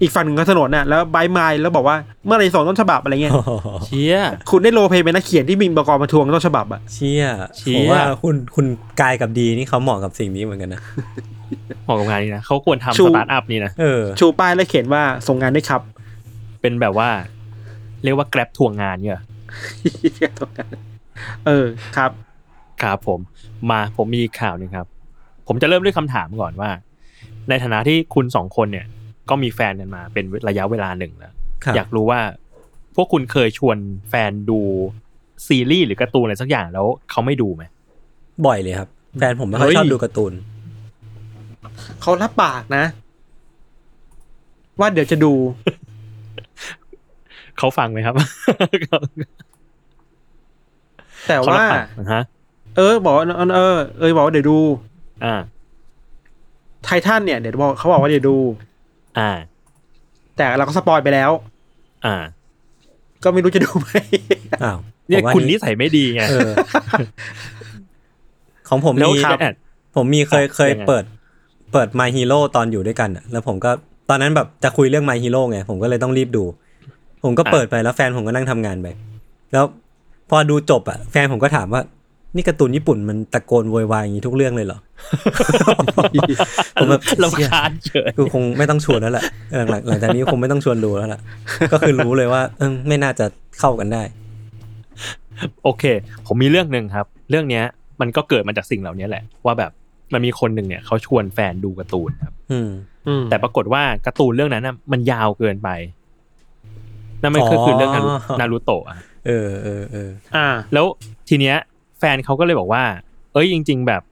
อีกฝั่งหนึ่งของถนนน่ะแล้วบายไมล์แล้วบอกว่าเมื่อไหรส่งต้นฉบับอะไร ๆ เงี้ย โอ้โห เชีย คุณได้โรลเพลย์เป็นนักเขียนที่บินบกมาทวงต้นฉบับอะ เชี่ย เชี่ ผ ย มว่าคุณคุณกายกับดีนี่เขาเหมาะกับสิ่งนี้เหมือนกันนะ เหมาะกับงานนี้นะเขาควรทำสตาร์ทอัพนี่นะ เออ ชูป้ายและเขียนว่าส่งงานด้วยครับ เป็นแบบว่า เรียกว่าแกร็บทวงงานเนี่ยเหรอ เออครับ ครับผม มาผมมีอีกข่าวหนึ่งครับ ผมจะเริ่มด้วยคำถามก่อนว่า ในฐานะที่คุณสองคนเนี่ย ก็มีแฟนกันมาเป็นระยะเวลาหนึ่งแล้ว ครับ อยากรู้ว่า พวกคุณเคยชวนแฟนดูซีรีส์หรือการ์ตูนอะไรสักอย่างแล้วเขาไม่ดูไหม บ่อยเลยครับแฟนผมไม่ค่อ เฮ้ ย ย ชอบดูการ์ตูน เขารับปากนะ ว่าเดี๋ยวจะดู เขาฟังไหมครับ แต่ เขา ว่า รับปกนะฮะ เออ บอกว่าเออเออเออบอกว่าเดี๋ยวดู อ่า ไททันเนี่ยเดี๋ยวบอกเขาบอกว่าเดี๋ยวดู อ่า แต่เราก็สปอยไปแล้ว อ่า ก็ไม่รู้จะดูไหม อ้าว เนี่ย ผมว่า คุณนิสัยไม่ดีไง เออ ของผม แล้ว มี ครับ ผมมีเคย อ่ะ เคย ยังไง เปิดเปิด My Hero ตอนอยู่ด้วยกันอะแล้วผมก็ ตอนนั้นแบบจะคุยเรื่อง My Hero ไง ผมก็เลยต้องรีบดู ผมก็เปิดไปแล้วแฟนผมก็นั่งทำงานไป แล้วพอดูจบอ่ะ แฟนผมก็ถามว่า นี่การ์ตูนญี่ปุ่นมันตะโกนโวยวายอย่างนี้ทุกเรื่องเลยเหรอ ผมแบบ ลำคาญเฉย กูคงไม่ต้องชวนแล้วแหละเออหลังหลังจากนี้คงไม่ต้องชวนดูแล้วล่ะ ก็คือรู้เลยว่าเออไม่น่าจะเข้ากันได้ โอเค ผมมีเรื่องหนึ่งครับ เรื่องเนี้ยมันก็เกิดมาจากสิ่งเหล่านี้แหละ ว่าแบบมันมีคนหนึ่งเนี่ยเขาชวนแฟนดูการ์ตูนครับ อืม อืม แต่ปรากฏว่าการ์ตูนเรื่องนั้นน่ะมันยาวเกินไปนั่นมันก็คือเรื่องนารุ อ๋อ นารูโตะอะ เออเออเออ อ่า แล้วทีเนี้ย แฟนเขาก็เลยบอกว่า เอ้ยจริง ๆ แบบ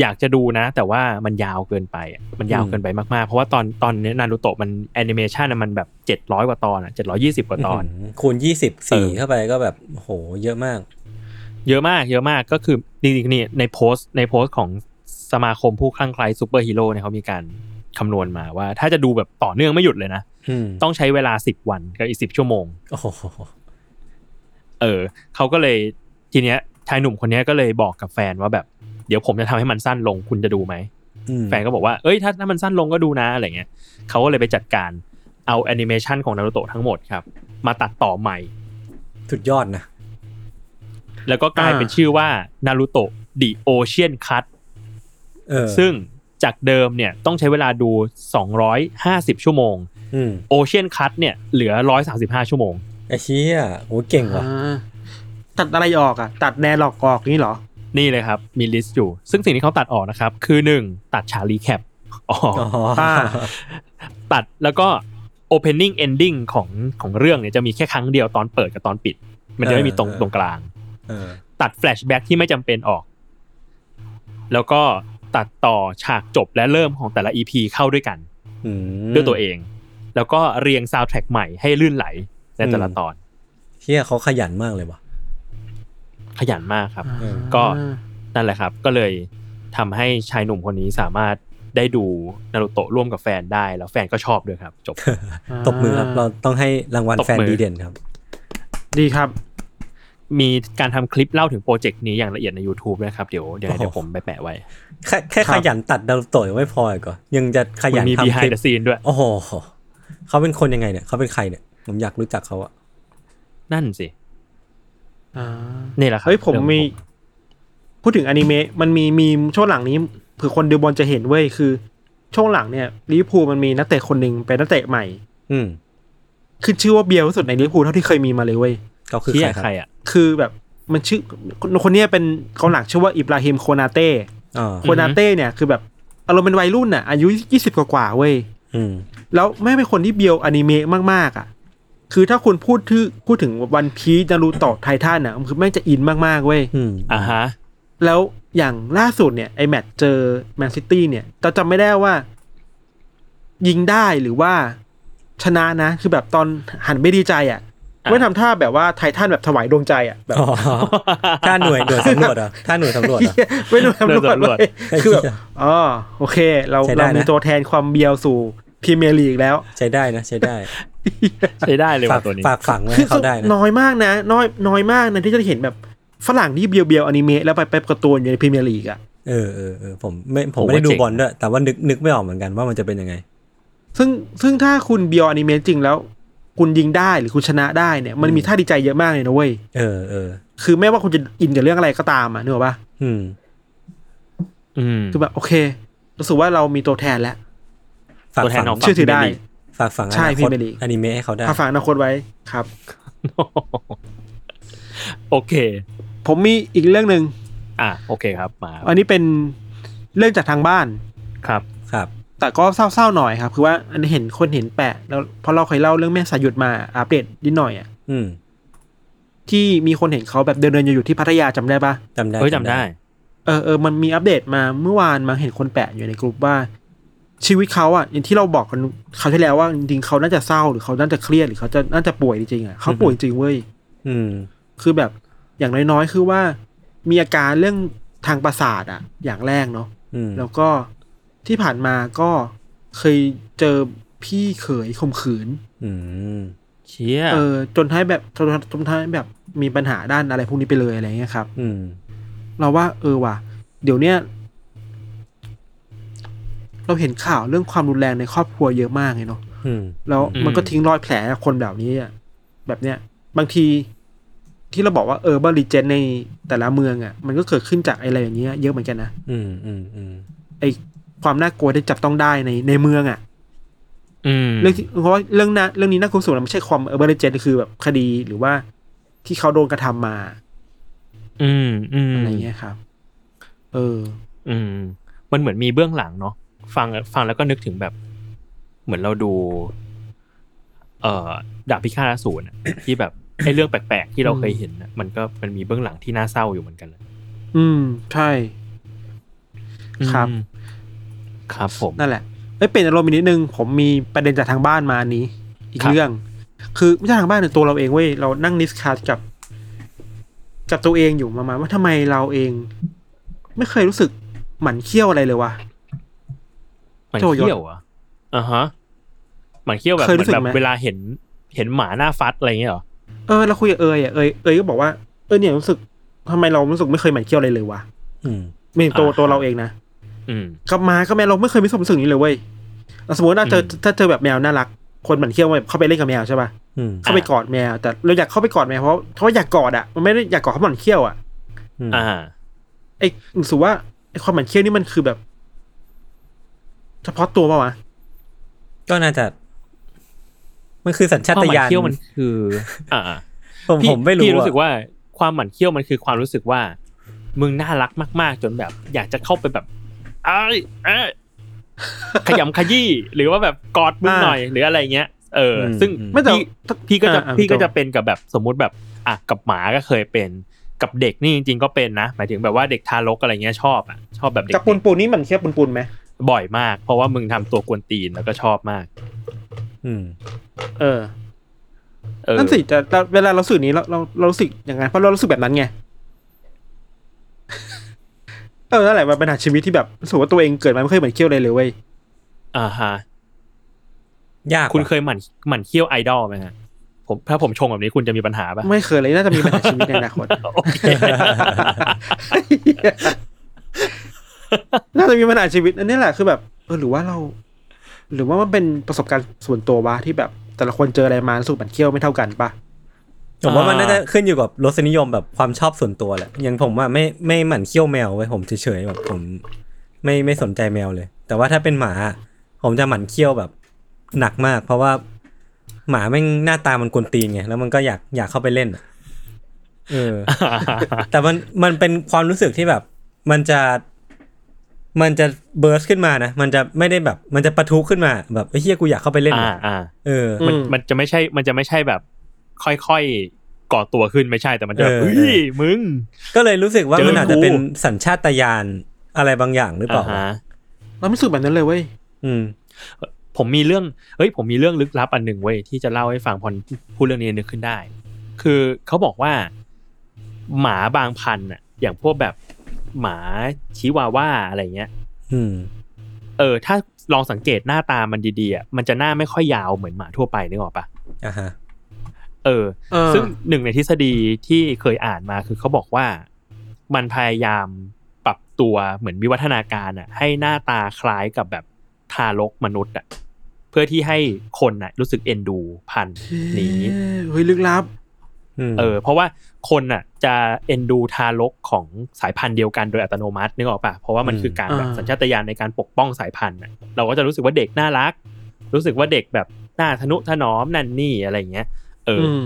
อยากจะดูนะ แต่ว่ามันยาวเกินไปอะมันยาวเกินไปมากๆ เพราะว่าตอนตอนเนี้นารูโตะมันแอนิเมชันมันแบบเจ็ดร้อยกว่าตอนอ่ะเจ็ดร้อยี่สิบกว่าตอน มคูณยี่สิบสี่ เออ เข้าไปก็แบบโหเยอะมาก เยอะมาก เยอะมากก็คือนี่นี่ในโพสต์ในโพสต์ของสมาคมผู้คลั่งไคล้ซูเปอร์ฮีโร่เนี่ยเขามีการคำนวณมาว่า ถ้าจะดูแบบต่อเนื่องไม่หยุดเลยนะ อืม ต้องใช้เวลาสิบวันกับอีกสิบชั่วโมง โอ้โห เออเขาก็เลยทีเนี้ยชายหนุ่มคนเนี้ยก็เลยบอกกับแฟนว่าแบบเดี๋ยวผมจะทำให้มันสั้นลงคุณจะดูไหม อืม แฟนก็บอกว่า เอ้ย ถ้าถ้ามันสั้นลงก็ดูนะอะไรเงี้ยเขาก็เลยไปจัดการเอาแอนิเมชันของนารูโตะทั้งหมดครับ มาตัดต่อใหม่ สุดยอดนะ แล้วก็กลาย อ่า เป็นชื่อว่านารูโตะ The Ocean Cut เออ ซึ่งจากเดิมเนี่ยต้องใช้เวลาดู 250 ชั่วโมง อืม Ocean Cut เนี่ยเหลือ 135 ชั่วโมง ไอ้เชี่ยโหเก่งว่ะ อ่าตัดอะไรออกอ่ะ ตัดแนร์หลอกออกนี่เหรอ นี่เลยครับ มีลิสต์อยู่ ซึ่งสิ่งที่เขาตัดออกนะครับ คือ 1 ตัดฉากรีแคปออก อ๋อ อ่า ตัดแล้วก็ opening ending ของของเรื่องเนี่ยจะมีแค่ครั้งเดียวตอนเปิดกับตอนปิด มันจะไม่มีตรงตรงกลาง เออ ตัดแฟลชแบ็กที่ไม่จำเป็นออก แล้วก็ตัดต่อฉากจบและเริ่มของแต่ละ EP เข้าด้วยกัน อืม ด้วยตัวเอง แล้วก็เรียงซาวด์แทร็กใหม่ให้ลื่นไหลในแต่ละตอน เชี่ยเขาขยันมากเลยว่ะ ขยันมากครับ เออ ก็ นั่นแหละครับ ก็เลยทำให้ชายหนุ่มคนนี้สามารถได้ดูนารุโตะร่วมกับแฟนได้ แล้วแฟนก็ชอบด้วยครับ จบ า ตบมือครับ เราต้องให้รางวัล ตบมือ แฟนดีเด่นครับ ดีครับ มีการทำคลิปเล่าถึงโปรเจกต์นี้อย่างละเอียดใน YouTube นะครับ เดี๋ยวยังไง โอ้โห เดี๋ยวผมไปแปะไว้ แค่แค่ ครับ ขยันตัดดาวโตะยังไม่พออีกเหรอยังจะข มั ยัน นมี ทำคลิ behind ป the scene ด้วย โอ้โหเขาเป็นคนยังไงเนี่ยเขาเป็นใครเนี่ย ผมอยากรู้จักเขาอะ นั่นสิ อ่า นี่แหละครับ เฮ้ยผม รื่องของ มีพูดถึงอนิเมะมันมีมีมช่วงหลังนี้เผื่อคนดูบอลจะเห็นเว้ยคือ ช่วงหลังเนี่ยลิเวอร์พูลมันมีนักเตะคนหนึ่งเป็นนักเตะใหม่ อืม ขึ้นชื่อว่าเบียร์ที่สุดในลิเวอร์พูลเท่าที่เคยมีมาเลยเว้ย เขาคือ เที่ย ใคร ใค ค ร รับ อ่ะ คือแบบมันชื่อคนคนเนี้ยเป็นกองหลังชื่อว่าอิบราฮิมโคนาเต้ อ๋อ โคนาเต้เนี่ยคือแบบอารมณ์เป็นวัยรุ่นน่ะอายุยี่สิบกว่าๆเว้ย อืม แล้วแม่งเป็นคนที่เบียวอนิเมะมาก ๆ อ่ะ คือถ้าคุณพูดถึงพูดถึงวันพีซนารูโตะไททันอ่ะมันคือแม่งจะอินมาก ๆ เว้ย อืม อ่าฮะ แล้วอย่างล่าสุดเนี่ย ไอแมตช์เจอแมนซิตี้เนี่ยเราจำไม่ได้ว่า ยิงได้หรือว่าชนะนะ คือแบบตอนหันไปดีใจอ่ะ อ่ะ ไม่ทำท่าแบบว่าไททันแบบถวายดวงใจอ่ะแบบ อ๋อถ้าหน่วยหน่วยสำรวจเหรอ่ะถ้าหน่วยสำรวจเหรอ่ะ ไม่รู้ทำรวจเว้ย คือแบบอ๋อโอเค เรา ใช้ได้ เรา นะ มีตัวแทนความเบียวสู่พรีเมียร์ลีกแล้ว ใช้ได้นะใช้ได้ ใช้ได้เลย ฝา ว่ะ ก ตัวนี้ ฝากฝังไว้ คือ ให้เขาได้นะ น้อยมากนะ น้อยน้อยมากนะที่จะเห็นแบบฝรั่งที่เบียวเบียวๆอนิเมะแล้วไปไปการ์ตูนอยู่ในพรีเมียร์ลีกอ่ะ เออเออเออผมไม่ผม ผม ไม่ได้ ว่า ดู เจ๋ง บอลด้วยแต่ว่านึกนึกไม่ออกเหมือนกันว่ามันจะเป็นยังไง ซึ่งซึ่งถ้าคุณเบียวอนิเมะจริงแล้ว คุณยิงได้หรือคุณชนะได้เนี่ยมันมีท่าดีใจเยอะมากเลยนะเว้ย เออเออ คือไม่ว่าคุณจะอินกับเรื่องอะไรก็ตามอ่ะนึกออกปะ อืม อืม คือแบบโอเค รู้สึกว่าเรามีตัวแทนแล้ว ฝาก ตัวแท ฝั น ง ของ ชื่อถือได้ ฝากฝังอ ใช่ นาค พี่ ต เมลิ อนิเมะให้เขาได้ ฝากฝังอนาคตไว้ครับ โอเค ผมมีอีกเรื่องหนึ่ง อ่ะโอเคครับมา อันนี้เป็นเรื่องจากทางบ้าน ครับ ครับ แต่ก็เศร้าๆหน่อยครับคือว่าอันนี้เห็นคนเห็นแปะ แล้วเพอเราเคยเล่าเรื่องแม่สายหยุดมาอัปเดตนิดหน่อยอ่ะ อืม ที่มีคนเห็นเขาแบบเดินเดินอยู่ๆที่พัทยาจำได้ปะ จำได้ เฮ้ยจำได้ เออเออมันมีอัปเดตมาเมื่อวานมาเห็นคนแปะอยู่ในกลุ่มว่า ชีวิตเขาอ่ะอย่างที่เราบอกกันคราวที่แล้วว่าจริงๆเขาน่าจะเศร้าหรือเขาน่าจะเครียดหรือเขาจะน่าจะป่วยจริงๆอ่ะเขาป่วยจริงเว้ย อืม คือแบบอย่างน้อยๆ คือว่า มีอาการเรื่องทางประสาทอ่ะ อย่างแรกเนาะ อืม แล้วก็ที่ผ่านมาก็เคยเจอพี่เขยข่มขืน อืม เชี่ย เออ จนท้ายแบบจนจนท้ายแบบมีปัญหาด้านอะไรพวกนี้ไปเลยอะไรเงี้ยครับ อืม เราว่าเออว่ะ เดี๋ยวเนี้ย เราเห็นข่าวเรื่องความรุนแรงในครอบครัวเยอะมากเลยเนาะ อืม แล้ว อืม มันก็ทิ้งรอยแผลกับคนแบบนี้อะแบบเนี้ยบางทีที่เราบอกว่าเออร์บริเจนในแต่ละเมืองอ่ะมันก็เกิดขึ้นจากอะไรอย่างเงี้ยเยอะเหมือนกันนะ อืมอืมอืม ไอความน่ากลัวที่จับต้องได้ในในเมืองอ่ะ อืม เรื่องที่เพราะว่าเรื่องนะเรื่องนี้น่ากลัวสุดนะไม่ใช่ความเออร์เบอร์เจนคือแบบคดีหรือว่าที่เขาโดนกระทำมา อืมอืม อะไรเงี้ยครับ เออ อืม มันเหมือนมีเบื้องหลังเนาะฟังฟังแล้วก็นึกถึงแบบ เหมือนเราดู เอ่อดาบพิฆาตอสูรน่ะ ที่แบบไอ้เรื่องแปลกๆที่เราเคยเห็นน่ะมันก็มันมีเบื้องหลังที่น่าเศร้าอยู่เหมือนกันนะ อืม ใช่ ครับ อืมครับผม นั่นแหละไอ้ยเปลี่ยนอารมณ์อีกนิดนึง ผมมีประเด็นจากทางบ้านมาอันนี้ อีก ครับ เรื่อง คือไม่ใช่ทางบ้านแต่ตัวเราเองเว้ยเรานั่งนิสคัสกับ กับตัวเองอยู่ประมาณว่าทำไมเราเอง ไม่เคยรู้สึกหมั่นเคี้ยวอะไรเลยวะ มันเขี้ยวเหรอ่ะอ่าฮะมันเขี้ยวแบบ เคย เห รู้ มือ สึก นแบบ ไหม เวลาเห็นเห็นหมาหน้าฟัดอะไรอย่างเงี้ยเหรอ เออเราคุยกับเอยอ่ะเอยเอยก็บอกว่าเออเนี่ยรู้สึกทำไมเรารู้สึกไม่เคยหมั่นเคี้ยวอะไรเลยวะ อืม ไม่ถึงตัว อ่า ตัวเราเองนะ อืม กลับมาก็แมวเราไม่เคยมีความรู้สึกนี้เลยเว้ยสมมติว่าเจอ อืม ถ้าเจอแบบแมวน่ารัก คนหมันเขี้ยวแบบเข้าไปเล่นกับแมวใช่ป่ะ อืม เข้าไปกอดแมว แต่เราอยากเข้าไปกอดแมวเพราะเพราะอยากกอดอ่ะมันไม่ได้อยากกอดเขาะหมันเขี้ยวอ่ะ อืม อ่า ไอ้รู้สึกว่าไอ้ความหมันเขี้ยวนี่มันคือแบบ เฉพาะตัวป่าวะ ก็น่าจะ มันคือสัญชา คตวามห ญาณมั่นเขี้ยวมันคือ อ่า ผมผมไม่รู้ พี่รู้ อะ สึกว่าความหมั่นเขี้ยวมันคือความรู้สึกว่า มึงน่ารักมาก ๆ จนแบบ อยากจะเข้าไปแบบเอ้ยเอ้ยขยำขยี้หรือว่าแบบกอดมึงหน่อย หรืออะไรเงี้ยเอออ ม ซึ่ง อืม ไม่แต่ พี่พี่ก็จะ อ่าอ่า พี่ก็ ต่ จะ อ เป็นกับแบบสมมุติแบบอ่ะกับหมาก็เคยเป็นกับเด็กนี่จริง ๆ ก็เป็นนะหมายถึงแบบว่าเด็กทารกอะไรเงี้ยชอบอ่ะชอบแบบเด็ก กับปูนปูนนี่หมันเขี้ยวปูนปูนไหม ๆบ่อยมาก เพราะว่ามึงทำตัวกวนตีนแล้วก็ชอบมาก อืม เออ เออ นั่นสิแต่แต่เวลาเราสื่อนี้เราเราเรารู้สึกอย่างไงเพราะเรารู้สึกแบบนั้นไง เออนั่นแหละมันเป็นปัญหาชีวิตที่แบบรู้สึกว่าตัวเองเกิดมาไม่เคยหมันเขี้ยวเลยเลยเว้ย อ่าฮะ ยาก คุณ ว่ะ เคยหมั่นหมั่นเคี้ยวไอดอลไหมฮะผมถ้าผมชงแบบนี้คุณจะมีปัญหาปะ ไม่เคยเลยน่าจะมีปัญหาชีวิตในอนาคต โอเค น่าจะมีปัญหาชีวิตอันนี้แหละคือแบบเออหรือว่าเรา หรือว่ามันเป็นประสบการณ์ส่วนตัววะที่แบบ แต่ละคนเจออะไรมารู้สูบมันเคี้ยวไม่เท่ากันปะ ผมว่ามันน่าจะขึ้นอยู่กับรสนิยมแบบความชอบส่วนตัวแหละอย่างผมว่าไม่ไม่หมั่นเขี้ยวแมวไว้ยผมเฉยๆแบบผม ไม่ไม่สนใจแมวเลย แต่ว่าถ้าเป็นหมา ผมจะหมั่นเขี้ยวแบบหนักมาก เพราะว่า หมาแม่งหน้าตามันกวนตีนไงแล้วมันก็อยากอยากเข้าไปเล่นอะเออ แต่มันมันเป็นความรู้สึกที่แบบ มันจะมันจะเบิร์สขึ้นมานะมันจะไม่ได้แบบ มันจะปะทุขึ้นมาแบบไอ้ยเฮียกูอยากเข้าไปเล่น อ่า ว่ะ อ่า เออ มัน อื มันจะไม่ใช่ มันจะไม่ใช่แบบ ค่อยๆก่อตัวขึ้นไม่ใช่แต่มันจะแบบ เออ เฮ้ยมึง ก็เลยรู้สึกว่า เจอ มันอาจจะ กู เป็นสัญชาตญาณอะไรบางอย่างหรือเปล่า อ่าฮะ เราไม่สูบแบบนั้นเลยเว้ย อืม ผมมีเรื่องเฮ้ย ผมมีเรื่องลึกลับอันหนึ่งเว้ยที่จะเล่าให้ฟังพอพูดเรื่องนี้นึกขึ้นได้ คือเขาบอกว่า หมาบางพันธุ์อ่ะ อย่างพวกแบบหมาชิวาว่าอะไรเงี้ย อืม เออถ้าลองสังเกตหน้าตามันดีๆอ่ะมันจะหน้าไม่ค่อยยาวเหมือนหมาทั่วไปนึกออกปะ อ่าฮะ เออ เออ ซึ่งหนึ่งในทฤษฎีที่เคยอ่านมาคือเขาบอกว่ามันพยายามปรับตัวเหมือนวิวัฒนาการอ่ะ ให้หน้าตาคล้ายกับแบบทารกมนุษย์อ่ะเพื่อที่ให้คนอ่ะ รู้สึกเอ็นดูพันธุ์นี้ เฮ้ยลึกลับ อืม เออเพราะว่าคนอ่ะจะเอ็นดูทารกของสายพันธุ์เดียวกันโดยอัตโนมัตินึกออกปะเพราะว่ามันคือการแบบ อ่า สัญชาตญาณในการปกป้องสายพันธุ์อะเราก็จะรู้สึกว่าเด็กน่ารัก รู้สึกว่าเด็กแบบน่าทะนุถนอมนั่นนี่อะไรอย่างเงี้ยเอออ ม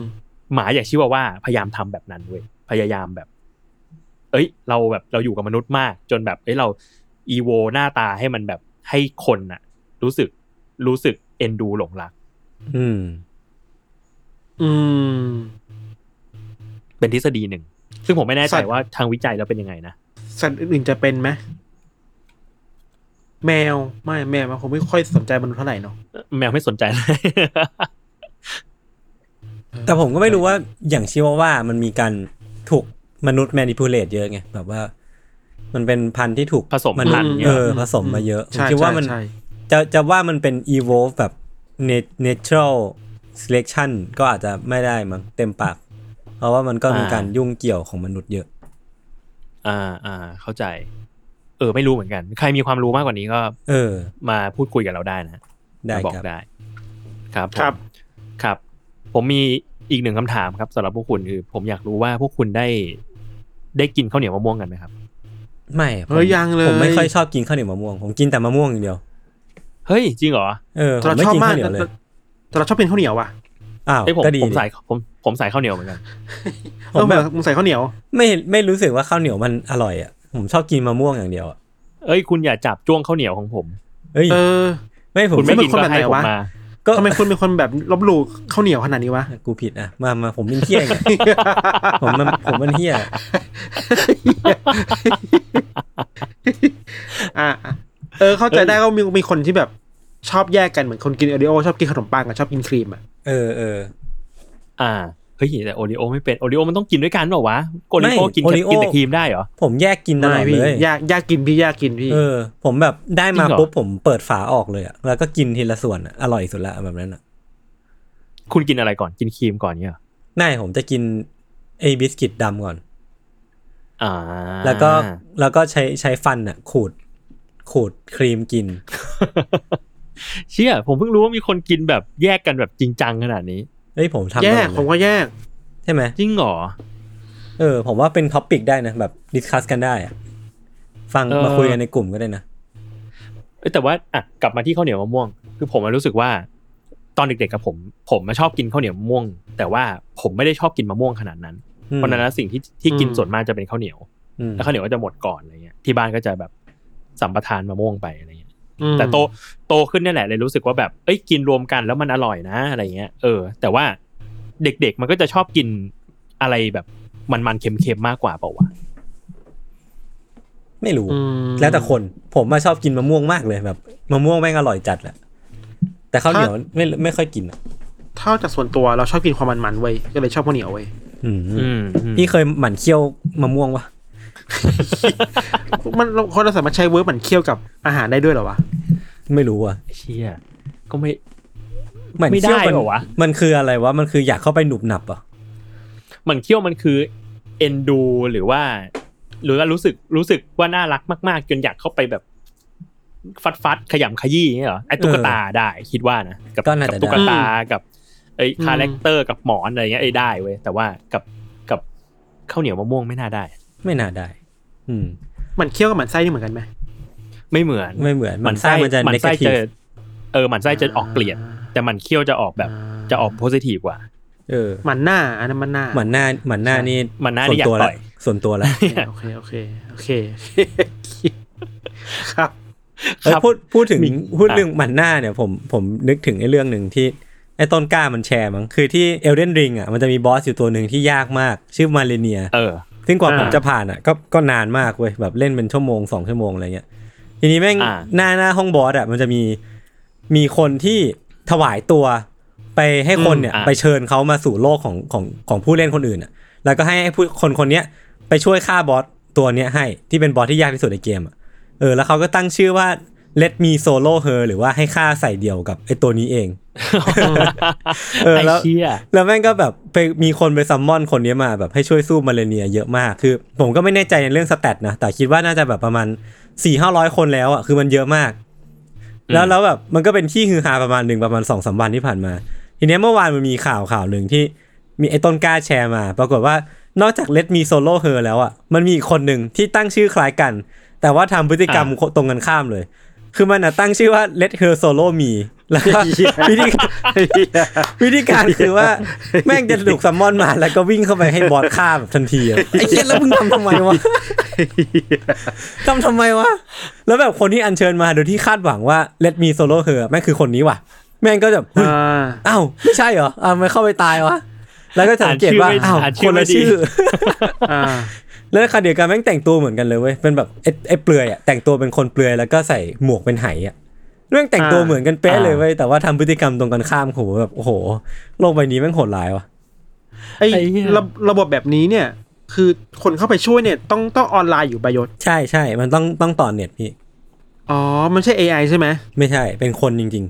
หมาอย่างชิวาว่าพยายามทำแบบนั้นเว้ยพยายามแบบ เอ้ย เราแบบเราอยู่กับมนุษย์มาก จนแบบเอ้ยเราอีโวหน้าตาให้มันแบบให้คนน่ะ รู้สึกรู้สึกเอ็นดูหลงรัก อืม อืม เป็นทฤษฎีหนึ่ง ซึ่งผมไม่แน่ใจ สัตว์ ว่าทางวิจัยแล้วเป็นยังไงนะ สัตว์อื่นๆจะเป็นไหมแมวไม่แมวมันคงไม่ค่อยสนใจมนุษย์เท่าไหร่เนาะ แมวไม่สนใจเลย แต่ผมก็ไม่รู้ว่าอย่างชิวาว่ามันมีการถูกมนุษย์แมนิพูเลตเยอะไงแบบว่า มันเป็นพันธุ์ที่ถูก ผสม ษ พันธุ์ ย์ เยอะ เออผสมมาเยอะผม ใช่ คิดว่ามัน ใช่ใช่ จะจะว่ามันเป็น evolve แบบ nat- natural selection ก็อาจจะไม่ได้มั้งเต็มปาก เพราะว่ามันก็มีการยุ่งเกี่ยวของมนุษย์เยอะ อ่าอ่าเข้าใจ เออไม่รู้เหมือนกัน ใครมีความรู้มากกว่านี้ก็ เออ มาพูดคุยกับเราได้นะ ได้ มาบอ ค ก รับ ได้ ครับผม ครับ ครับ ผมมีอีกหนึ่งคำถามครับสำหรับพวกคุณคือ ผมอยากรู้ว่าพวกคุณได้ ได้กินข้าวเหนียวมะม่วงกันไหมครับ ไม่ผม เฮ้ยยังเลย ผมไม่ค่อยชอบกินข้าวเหนียวมะม่วง ผมกินแต่มะม่วงอย่างเดียว เฮ้ย จริงเหรอ เออผ แต่เรา มไม่ ชอบ กิน มา ข้าก วเหนียวเลย แต่เราชอบกินข้าวเหนียวว่ะ อ้าว ไอ้ยผม ก็ดี ผมใส่ ดิ ผมผมใส่ข้าวเหนียวเหมือนกัน ผ เอ ม อ แบบ มึงมึงใส่ข้าวเหนียว ไม่ไม่รู้สึกว่าข้าวเหนียวมันอร่อยอ่ะ ผมชอบกินมะม่วงอย่างเดียวอะ เอ้ยคุณอย่าจับจ้วงข้าวเหนียวของผม เอ้ย เออ ไม่ผม คุณไม่ ไม่ กิน คน ก็ แบบ ให้ ไหน ผม วะ มา ก็ ทำไมคุณเป็นคนแบบลบหลู่ข้าวเหนียวขนาดนี้วะ กูผิดอ่ะมามาผมเป็นเที่ยไง ผมมันผมมันเที่ย อ่ะอ่ะเออเข้าใจได้ก็มีมีคนที่แบบชอบแยกกันเหมือนคนกินโอริโอชอบกินขนมปังกับชอบกินครีมอ่ะ เออเออ อ่าเฮ้ยแต่โอริโอไม่เป็นโอริโอมันต้องกินด้วยกันเปล่าวะโอริโอกินแค่ Oreo กินแต่ครีมได้เหรอ ผมแยกกินตลอ ไม่ ด พี่ เลย ยากยากกินพี่ยากกินพี่ เออ ผมแบบได้มา จริงเหรอ ปุ๊บผมเปิดฝาออกเลยอ่ะแล้วก็กินทีละส่วนอะอร่อยสุดละแบบนั้นอ่ะ คุณกินอะไรก่อนกินครีมก่อนเนี่ยเหรอ ไม่ผมจะกินไอ้บิสกิตดำก่อน อ่า แล้วก็แล้วก็ใช้ใช้ฟันอ่ะ ขูด ขูดครีมกิน เชี่ยผมเพิ่งรู้ว่ามีคนกินแบบแยกกันแบบจริงจังขนาดนี้ เอ้ยผมทำ แยก ได้นะ ผมก็แยก ใช่ไหม จริงเหรอ เออ ผมว่าเป็นท็อปิกได้นะ แบบดิสคัสกันได้อะฟัง เออ มาคุยกันในกลุ่มก็ได้นะ เอ้ยแต่ว่าอ่ะกลับมาที่ข้าวเหนียวมะม่วง คือผมอะรู้สึกว่า ตอนเด็กๆกับผม ผมมาชอบกินข้าวเหนียวมะม่วง แต่ว่าผมไม่ได้ชอบกินมะม่วงขนาดนั้น อืม เพราะฉะนั้นแล้วสิ่งที่ที่กิน อืม ส่วนมากจะเป็นข้าวเหนียว อืม แล้วข้าวเหนียวก็จะหมดก่อนอะไรเงี้ยที่บ้านก็จะแบบสัมปทานมะม่วงไปอะไรเงี้ย อืม แต่โตโตขึ้นเนี่ยแหละเลยรู้สึกว่าแบบเอ้ยกินรวมกันแล้วมันอร่อยนะอะไรเงี้ยเออ แต่ว่าเด็กๆมันก็จะชอบกินอะไรแบบมันๆเค็มๆมากกว่าเปล่าวะ ไม่รู้ อืม แล้วแต่คนผมมาชอบกินมะม่วงมากเลยแบบมะม่วงแม่งอร่อยจัดแหละแต่ข้าวเหนียวไม่ไม่ค่อยกินอ่ะ เท่าจากส่วนตัวเราชอบกินความมันๆเว้ยก็เลยชอบข้าวเหนียวเว้ย อืม อืม พี่เคยหมั่นเคี้ยวมะม่วงปะ มันเราคนเราสามารถใช้เวิร์บเหมือนเคี่ยวกับอาหารได้ด้วยเหรอวะ ไม่รู้อ่ะ เชี่ยก็ไม่ หมั่นเคี้ยว ไม่ได้เหรอวะ มันคืออะไรวะมันคืออยากเข้าไปหนุบหนับเหรอ่ะ มันเคี้ยวมันคือเอ็นดูหรือว่า หรือว่ารู้สึกรู้สึกว่าน่ารักมากๆ จนอยากเข้าไปแบบฟัดฟัดๆขยำขยี้อย่างเงี้ยเหรอไอ้ตุ๊กตาได้คิดว่านะกับ ก็น่า กับ จะ ตุ๊ก ได้ ตากับไอ้คาแรคเตอร์กับหมอนอะไรเงี้ยไอ้ยได้เว้ยแต่ว่ากับกับข้าวเหนียวมะม่วงไม่น่าได้ ไม่น่าได้ อืม เหมันเคี่ยวกับหมันไส้นี่เหมือนกันไหม ไม่เหมือน ไม่เหมือน มันไส้ มันจะ มันไส้ negative จะเออมันไส้จะออกเกลียด แต่มันเคี้ยวจะออกแบบจะออกโพสิทีฟกว่า เออ หมันหน้าอันนั้นมันหน้า หมันหน้าหมันหน้านี่ หมั่นหน้า ส่ นี่ วน อยาก ตัว ต่ ละ อย ส่วนตัว ละ โอเคโอเคโอเคโอเค ครับ เอ้ย ครับ พูดพูดถึง มี พูด อ่ะ เรื่องหมันหน้าเนี่ยผมผมนึกถึงไอ้เรื่องหนึ่งที่ไอ้ต้นกล้ามันแชร์มั้งคือที่เอลเดนริงอ่ะมันจะมีบอสอยู่ตัวหนึ่งที่ยากมาก ชื่อมาเลเนีย เออ ซึ่งกว่า อ่า ผมจะผ่านอ่ะก็ก็นานมากเว้ยแบบเล่นเป็นชั่วโมงสองชั่วโมงอะไรเงี้ยทีนี้แม่ง อ่า หน้าหน้าห้องบอสอ่ะมันจะมีมีคนที่ถวายตัวไปให้คนเนี่ยไปเชิญเขามาสู่โลกของของของผู้เล่นคนอื่นอ่ะแล้วก็ให้ให้ผู้คนคนเนี้ยไปช่วยฆ่าบอสตัวเนี้ยให้ที่เป็นบอสที่ยากที่สุดในเกมอ่ะเออแล้วเขาก็ตั้งชื่อว่า let me solo her หรือว่าให้ฆ่าใส่เดียวกับไอ้ตัวนี้เอง เออ ไอ้ แล้ว เชี่ย แล้วแม่งก็แบบไปมีคนไปซัมมอนคนนี้มาแบบให้ช่วยสู้มาเลเนียเยอะมาก คือ ผมก็ไม่แน่ใจในเรื่องสแตทนะ แต่คิดว่าน่าจะแบบประมาณสี่ห้าร้อยคนแล้วอ่ะ คือมันเยอะมาก แล้วแล้วแบบมันก็เป็นที่ฮือฮาประมาณหนึ่งประมาณสองสามวันที่ผ่านมา ทีเนี้ยเมื่อวานมันมีข่าวข่าวหนึ่งที่มีไอ้ต้นกล้าแชร์มา ปรากฏว่านอกจากเลดมีโซโล่เฮอแล้วอ่ะ มันมีอีกคนหนึ่งที่ตั้งชื่อคล้ายกัน แต่ว่าทำพฤติกรรมตรงกันข้ามเลย คือมันอ่ะตั้งชื่อว่า Let Her Solo Me แล้วก็วิธี วิธีการคือว่า แม่งจะถูกซัมมอนมาแล้วก็วิ่งเข้าไปให้บอสฆ่าแบบทันทีอะไอ้เหี้ยแล้วมึงทำทำไมวะทำทำไมวะ แล้วแบบคนที่อัญเชิญมาโดยที่คาดหวังว่าเลดมีโซโล่เฮอแม่งคือคนนี้ว่ะ แม่งก็จะเฮ้ย อ่า อ้าวไม่ใช่เหรออ้าวมันเข้าไปตายวะ แล้วก็สังเกตว่าอ้าวคนละชื่อ อ่า แล้วคันเดียวกันแม่งแต่งตัวเหมือนกันเลยเว้ยเป็นแบบไอ้ไอ้เปลือยอะแต่งตัวเป็นคนเปลือยแล้วก็ใส่หมวกเป็นไหอะเรื่องแต่งตัวเหมือนกันเป๊ะเลยเว้ยแต่ว่าทำพฤติกรรมตรงกันข้ามโหแบบโอ้โหโลกใบนี้แม่งโหดร้ายว่ะ ไอระระบบแบบนี้เนี่ย คือคนเข้าไปช่วยเนี่ยต้องต้องออนไลน์อยู่ประโยชน์ ใช่ใช่ มันต้องต้องต่อเน็ตพี่ อ๋อ มันใช่ AI ใช่ไหม ไม่ใช่ เป็นคนจริง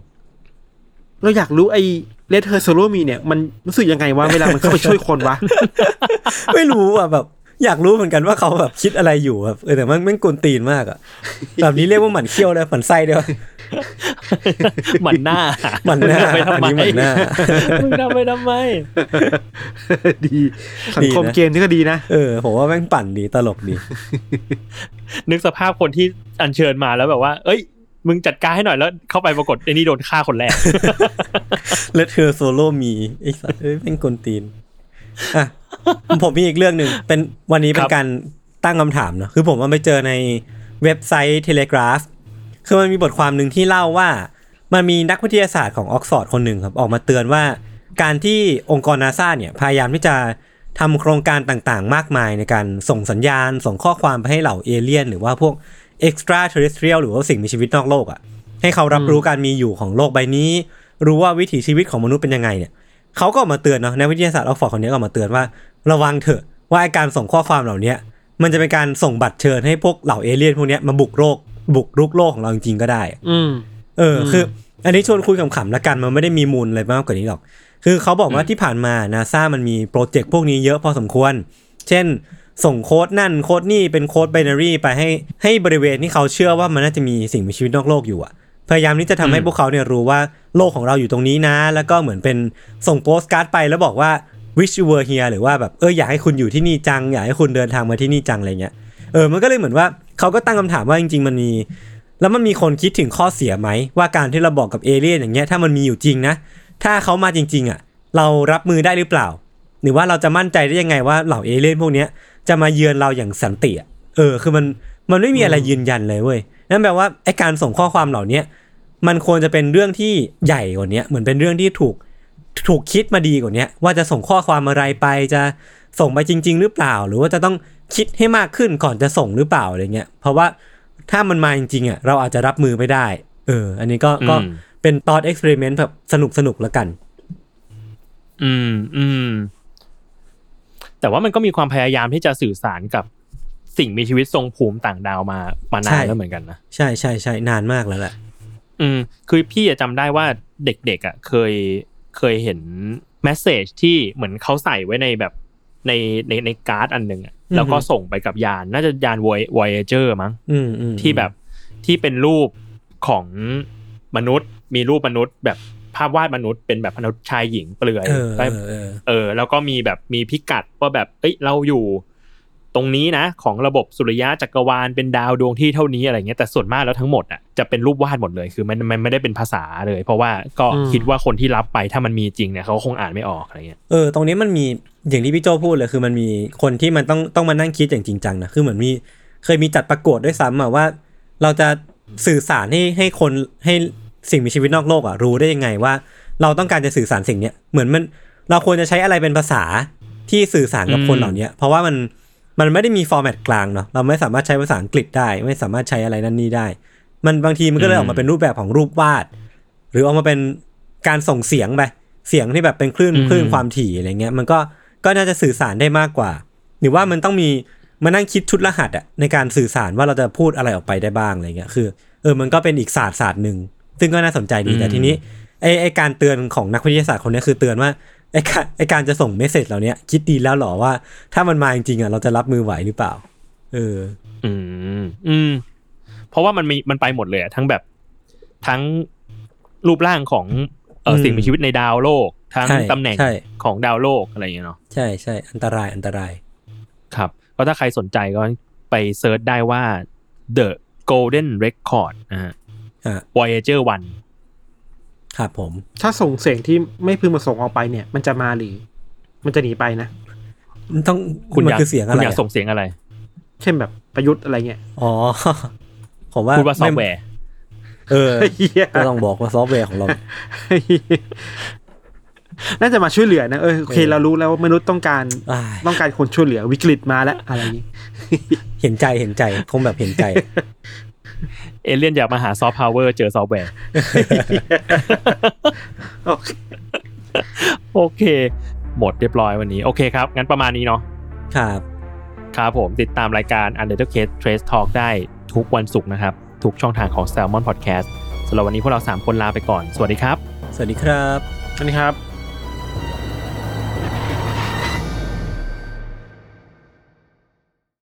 เราอยากรู้ไอ้เลเทอร์โซโลมีเนี่ย มันรู้สึกยังไงวะเวลามันเข้าไปช่วยคนวะ ๆ ไม่รู้อ่ะแบบ อยากรู้เหมือนกันว่าเขาแบบคิดอะไรอยู่แบบเออแต่มันมันกวนตีนมากอะแบบนี้เรียกว่าหมันเขี้ยวเลยหมันไส้ด้วยวะ หมันหน้า หมั่นหน้า ทำ ไปทำไม อันนี้หมั่นหน้า มึงทำไปทำไม ดีสังคม ดีนะ เกมนี่ก็ดีนะ เออผมว่าแม่งปั่นดีตลกดี นึกสภาพคนที่อัญเชิญมาแล้วแบบว่า เอ้ย มึงจัดการให้หน่อยแล้ว เข้าไปปรากฏไอ้นี่โดนฆ่าคนแรก เลดเ e อร์โซโล่มีไอ้สัสเอ้ยเป็นกลตีนอ่ะ ผมมีอีกเรื่องหนึ่งเป็นวันนี้เป็ คน รับ การตั้งคำถามเนอะคือผมว่าไปเจอในเว็บไซต์ Telegraph คือมันมีบทความหนึ่งที่เล่าว่า มันมีนักวิทยาศาสตร์ของออกซฟอร์ดคนหนึ่งครับ ออกมาเตือนว่า การที่องค์กรนาซาเนี่ย พยายามที่จะทำโครงการต่างๆ มากมายในการส่งสัญญาณ ส่งข้อความไปให้เหล่าเอเลี่ยน หรือว่าพวก extraterrestrial หรือว่าสิ่งมีชีวิตนอกโลกอะ่ะให้เขารับรู้การมีอยู่ของโลกใบนี้ รู้ว่าวิถีชีวิตของมนุษย์เป็นยังไงเนี่ยเขาก็ออกมาเตือนเนาะนักวิทยาศาสตร์ออกฟอร์ดคนนี้ก็ออกมาเตือนว่า ระวังเถอะว่าไอ้การส่งข้อความเหล่าเนี้ย มันจะเป็นการส่งบัตรเชิญให้พวกเหล่าเอเลี่ยนพวกเนี้ยมาบุกโลกบุกรุกโลกของเราจริงๆก็ได้ อืม เอออ ม คือ อันนี้ชวนคุยขำๆละกันมันไม่ได้มีมูลอะไรมากกว่านี้หรอก คือเขาบอกว่าที่ผ่านมานาซามันมีโปรเจกต์พวกนี้เยอะพอสมควร เช่น ส่งโค้ดนั่นโค้ดนี่เป็นโค้ดไบนารีไปให้ให้บริเวณที่เขาเชื่อว่ามันน่าจะมีสิ่งมีชีวิตนอกโลกอยู่อะพยายามที่จะทำให้ อืม พวกเขาเนี่ยรู้ว่าโลกของเราอยู่ตรงนี้นะ แล้วก็เหมือนเป็นส่งโปสการ์ดไปแล้วบอกว่า wish you were here หรือว่าแบบเอออยากให้คุณอยู่ที่นี่จัง อยากให้คุณเดินทางมาที่นี่จังอะไรเงี้ย เออ มันก็เลยเหมือนว่าเขาก็ตั้งคำถามว่าจริง ๆ มันมี แล้วมันมีคนคิดถึงข้อเสียไหม ว่าการที่เราบอกกับเอเลี่ยนอย่างเงี้ยถ้ามันมีอยู่จริงนะ ถ้าเขามาจริง ๆ อ่ะ เรารับมือได้หรือเปล่า หรือว่าเราจะมั่นใจได้ยังไงว่าเหล่าเอเลี่ยนพวกเนี้ยจะมาเยือนเราอย่างสันติอะเออ คือมันมันไม่มีอะไรยืนยันเลยเว้ยนั่นแปลว่าไอการส่งข้อความเหล่าเนี้ยมันควรจะเป็นเรื่องที่ใหญ่กว่าเนี้ยเหมือนเป็นเรื่องที่ถูก ถูกคิดมาดีกว่าเนี้ยว่าจะส่งข้อความอะไรไปจะส่งไปจริง ๆ หรือเปล่า หรือว่าจะต้องคิดให้มากขึ้นก่อนจะส่งหรือเปล่าอะไรเงี้ยเพราะว่าถ้ามันมาจริงๆอ่ะเราอาจจะรับมือไม่ได้ เออ อันนี้ก็ก็ อืม เป็นตอนเอ็กซ์เพร์เมนต์แบบสนุกสนุกๆแล้วกัน อืมอืม แต่ว่ามันก็มีความพยายามที่จะสื่อสารกับสิ่งมีชีวิตทรงภูมิต่างดาวมามานาน ใช่ แล้วเหมือนกันนะ ใช่ใช่ใช่นานมากแล้วแหละ อืมคือพี่อะจำได้ว่าเด็กๆอ่ะเคยเคยเห็นแมสเซจที่เหมือนเขาใส่ไว้ในแบบในในในการ์ดอันหนึ่งอ่ะแล้วก็ อือฮึ ส่งไปกับยาน น่าจะยานวอยเจอร์มั้ง อืมอืม ที่แบบที่เป็นรูปของมนุษย์ มีรูปมนุษย์ แบบภาพวาดมนุษย์เป็นแบบมนุษย์ชายหญิงเปลือย เออเอ ได้ อเออ เออ แล้วก็มีแบบมีพิกัดว่าแบบเอ้ยเราอยู่ ตรงนี้นะ ของระบบสุริยะจักรวาลเป็นดาวดวงที่เท่านี้อะไรเงี้ยแต่ส่วนมากแล้วทั้งหมดอ่ะจะเป็นรูปวาดหมดเลยคือมันมันไม่ได้เป็นภาษาเลย เพราะว่าก็ อืม คิดว่าคนที่รับไปถ้ามันมีจริงเนี่ยเขาก็คงอ่านไม่ออกอะไรเงี้ย เออตรงนี้มันมีอย่างที่พี่โจพูดเลยคือมันมีคนที่มันต้องต้องมานั่งคิดอย่างจริงจังนะคือเหมือนมีเคยมีจัดประกวดด้วยซ้ำอะว่า เราจะสื่อสารให้ให้คนให้สิ่งมีชีวิตนอกโลกอะรู้ได้ยังไงว่า เราต้องการจะสื่อสารสิ่งเนี้ยเหมือนมันเราควรจะใช้อะไรเป็นภาษาที่สื่อสารกับ อืม คนเหล่าเนี้ยเพราะว่ามันมันไม่ได้มีฟอร์แมตกลางเนาะเราไม่สามารถใช้ภาษาอังกฤษได้ ไม่สามารถใช้อะไรนั่นนี่ได้ มันบางทีมันก็เลยออกมาเป็นรูปแบบของรูปวาด หรือออกมาเป็นการส่งเสียงไปเสียงที่แบบเป็นคลื่น อืม คลื่นความถี่อะไรเงี้ยมันก็ก็น่าจะสื่อสารได้มากกว่า หรือว่ามันต้องมีมานั่งคิดชุดรหัสอะในการสื่อสารว่าเราจะพูดอะไรออกไปได้บ้างอะไรเงี้ยคือเออมันก็เป็นอีกศาสตร์ศาสตร์หนึ่งซึ่งก็น่าสนใจดีแต่ทีนี้ไอไอการเตือนของนักวิทยาศาสตร์คนเนี้ย คือเตือนว่าไอการไอการจะส่งเมสเซจเหล่าเนี้ยคิดดีแล้วเหรอว่าถ้ามันมาจริงๆอะเราจะรับมือไหวหรือเปล่า เออ อืมอืม เพราะว่ามันมีมันไปหมดเลยอะทั้งแบบทั้งรูปร่างของเออ อืม สิ่งมีชีวิตในดาวโลก ทั้ง ใช่ ตำแหน่ง ใช่ ของดาวโลกอะไรอย่างเงี้ยเนาะ ใช่ใช่อันตรายอันตราย ครับก็ถ้าใครสนใจก็ไปเซิร์ชได้ว่า The Golden Record นะฮะ อ่ะ Voyager 1 ครับผม ถ้าส่งเสียงที่ไม่พึงประสงค์ออกไปเนี่ย มันจะมาหรือ มันจะหนีไปนะ ต้อง คุณ มัน อยาก คือเสียงอะ คุณ ไร อยาก อะ ส่งเสียงอะไร เช่นแบบประยุทธ์อะไรเงี้ย อ๋อ ผมว่า พูดว่าซอฟต์แว ไม่ ร์ เออ เหี้ย ก็ต้องบอกว่าซอฟต์แวร์ของเรา น่าจะมาช่วยเหลือนะเออโอเค เออ เรารู้แล้วว่ามนุษย์ต้องการ อ้าย ต้องการคนช่วยเหลือวิกฤตมาแล้วอะไรอย่างงี้ เห็นใจเห็นใจคงแบบเห็นใจ เอเลี่ยนอยากมาหาซอฟต์พาวเวอร์เจอซอฟต์แวร์ โอเค โอเค หมดเรียบร้อยวันนี้ โอเคครับ งั้นประมาณนี้เนาะ ครับ ครับผมติดตามรายการ u n d e r t a k e Trace Talk ได้ทุกวันศุกร์นะครับ ทุกช่องทางของ Salmon Podcast สำหรับวันนี้พวกเรา 3 คนลาไปก่อน สวัสดีครับ สวัสดีครับ อันนี้ครับ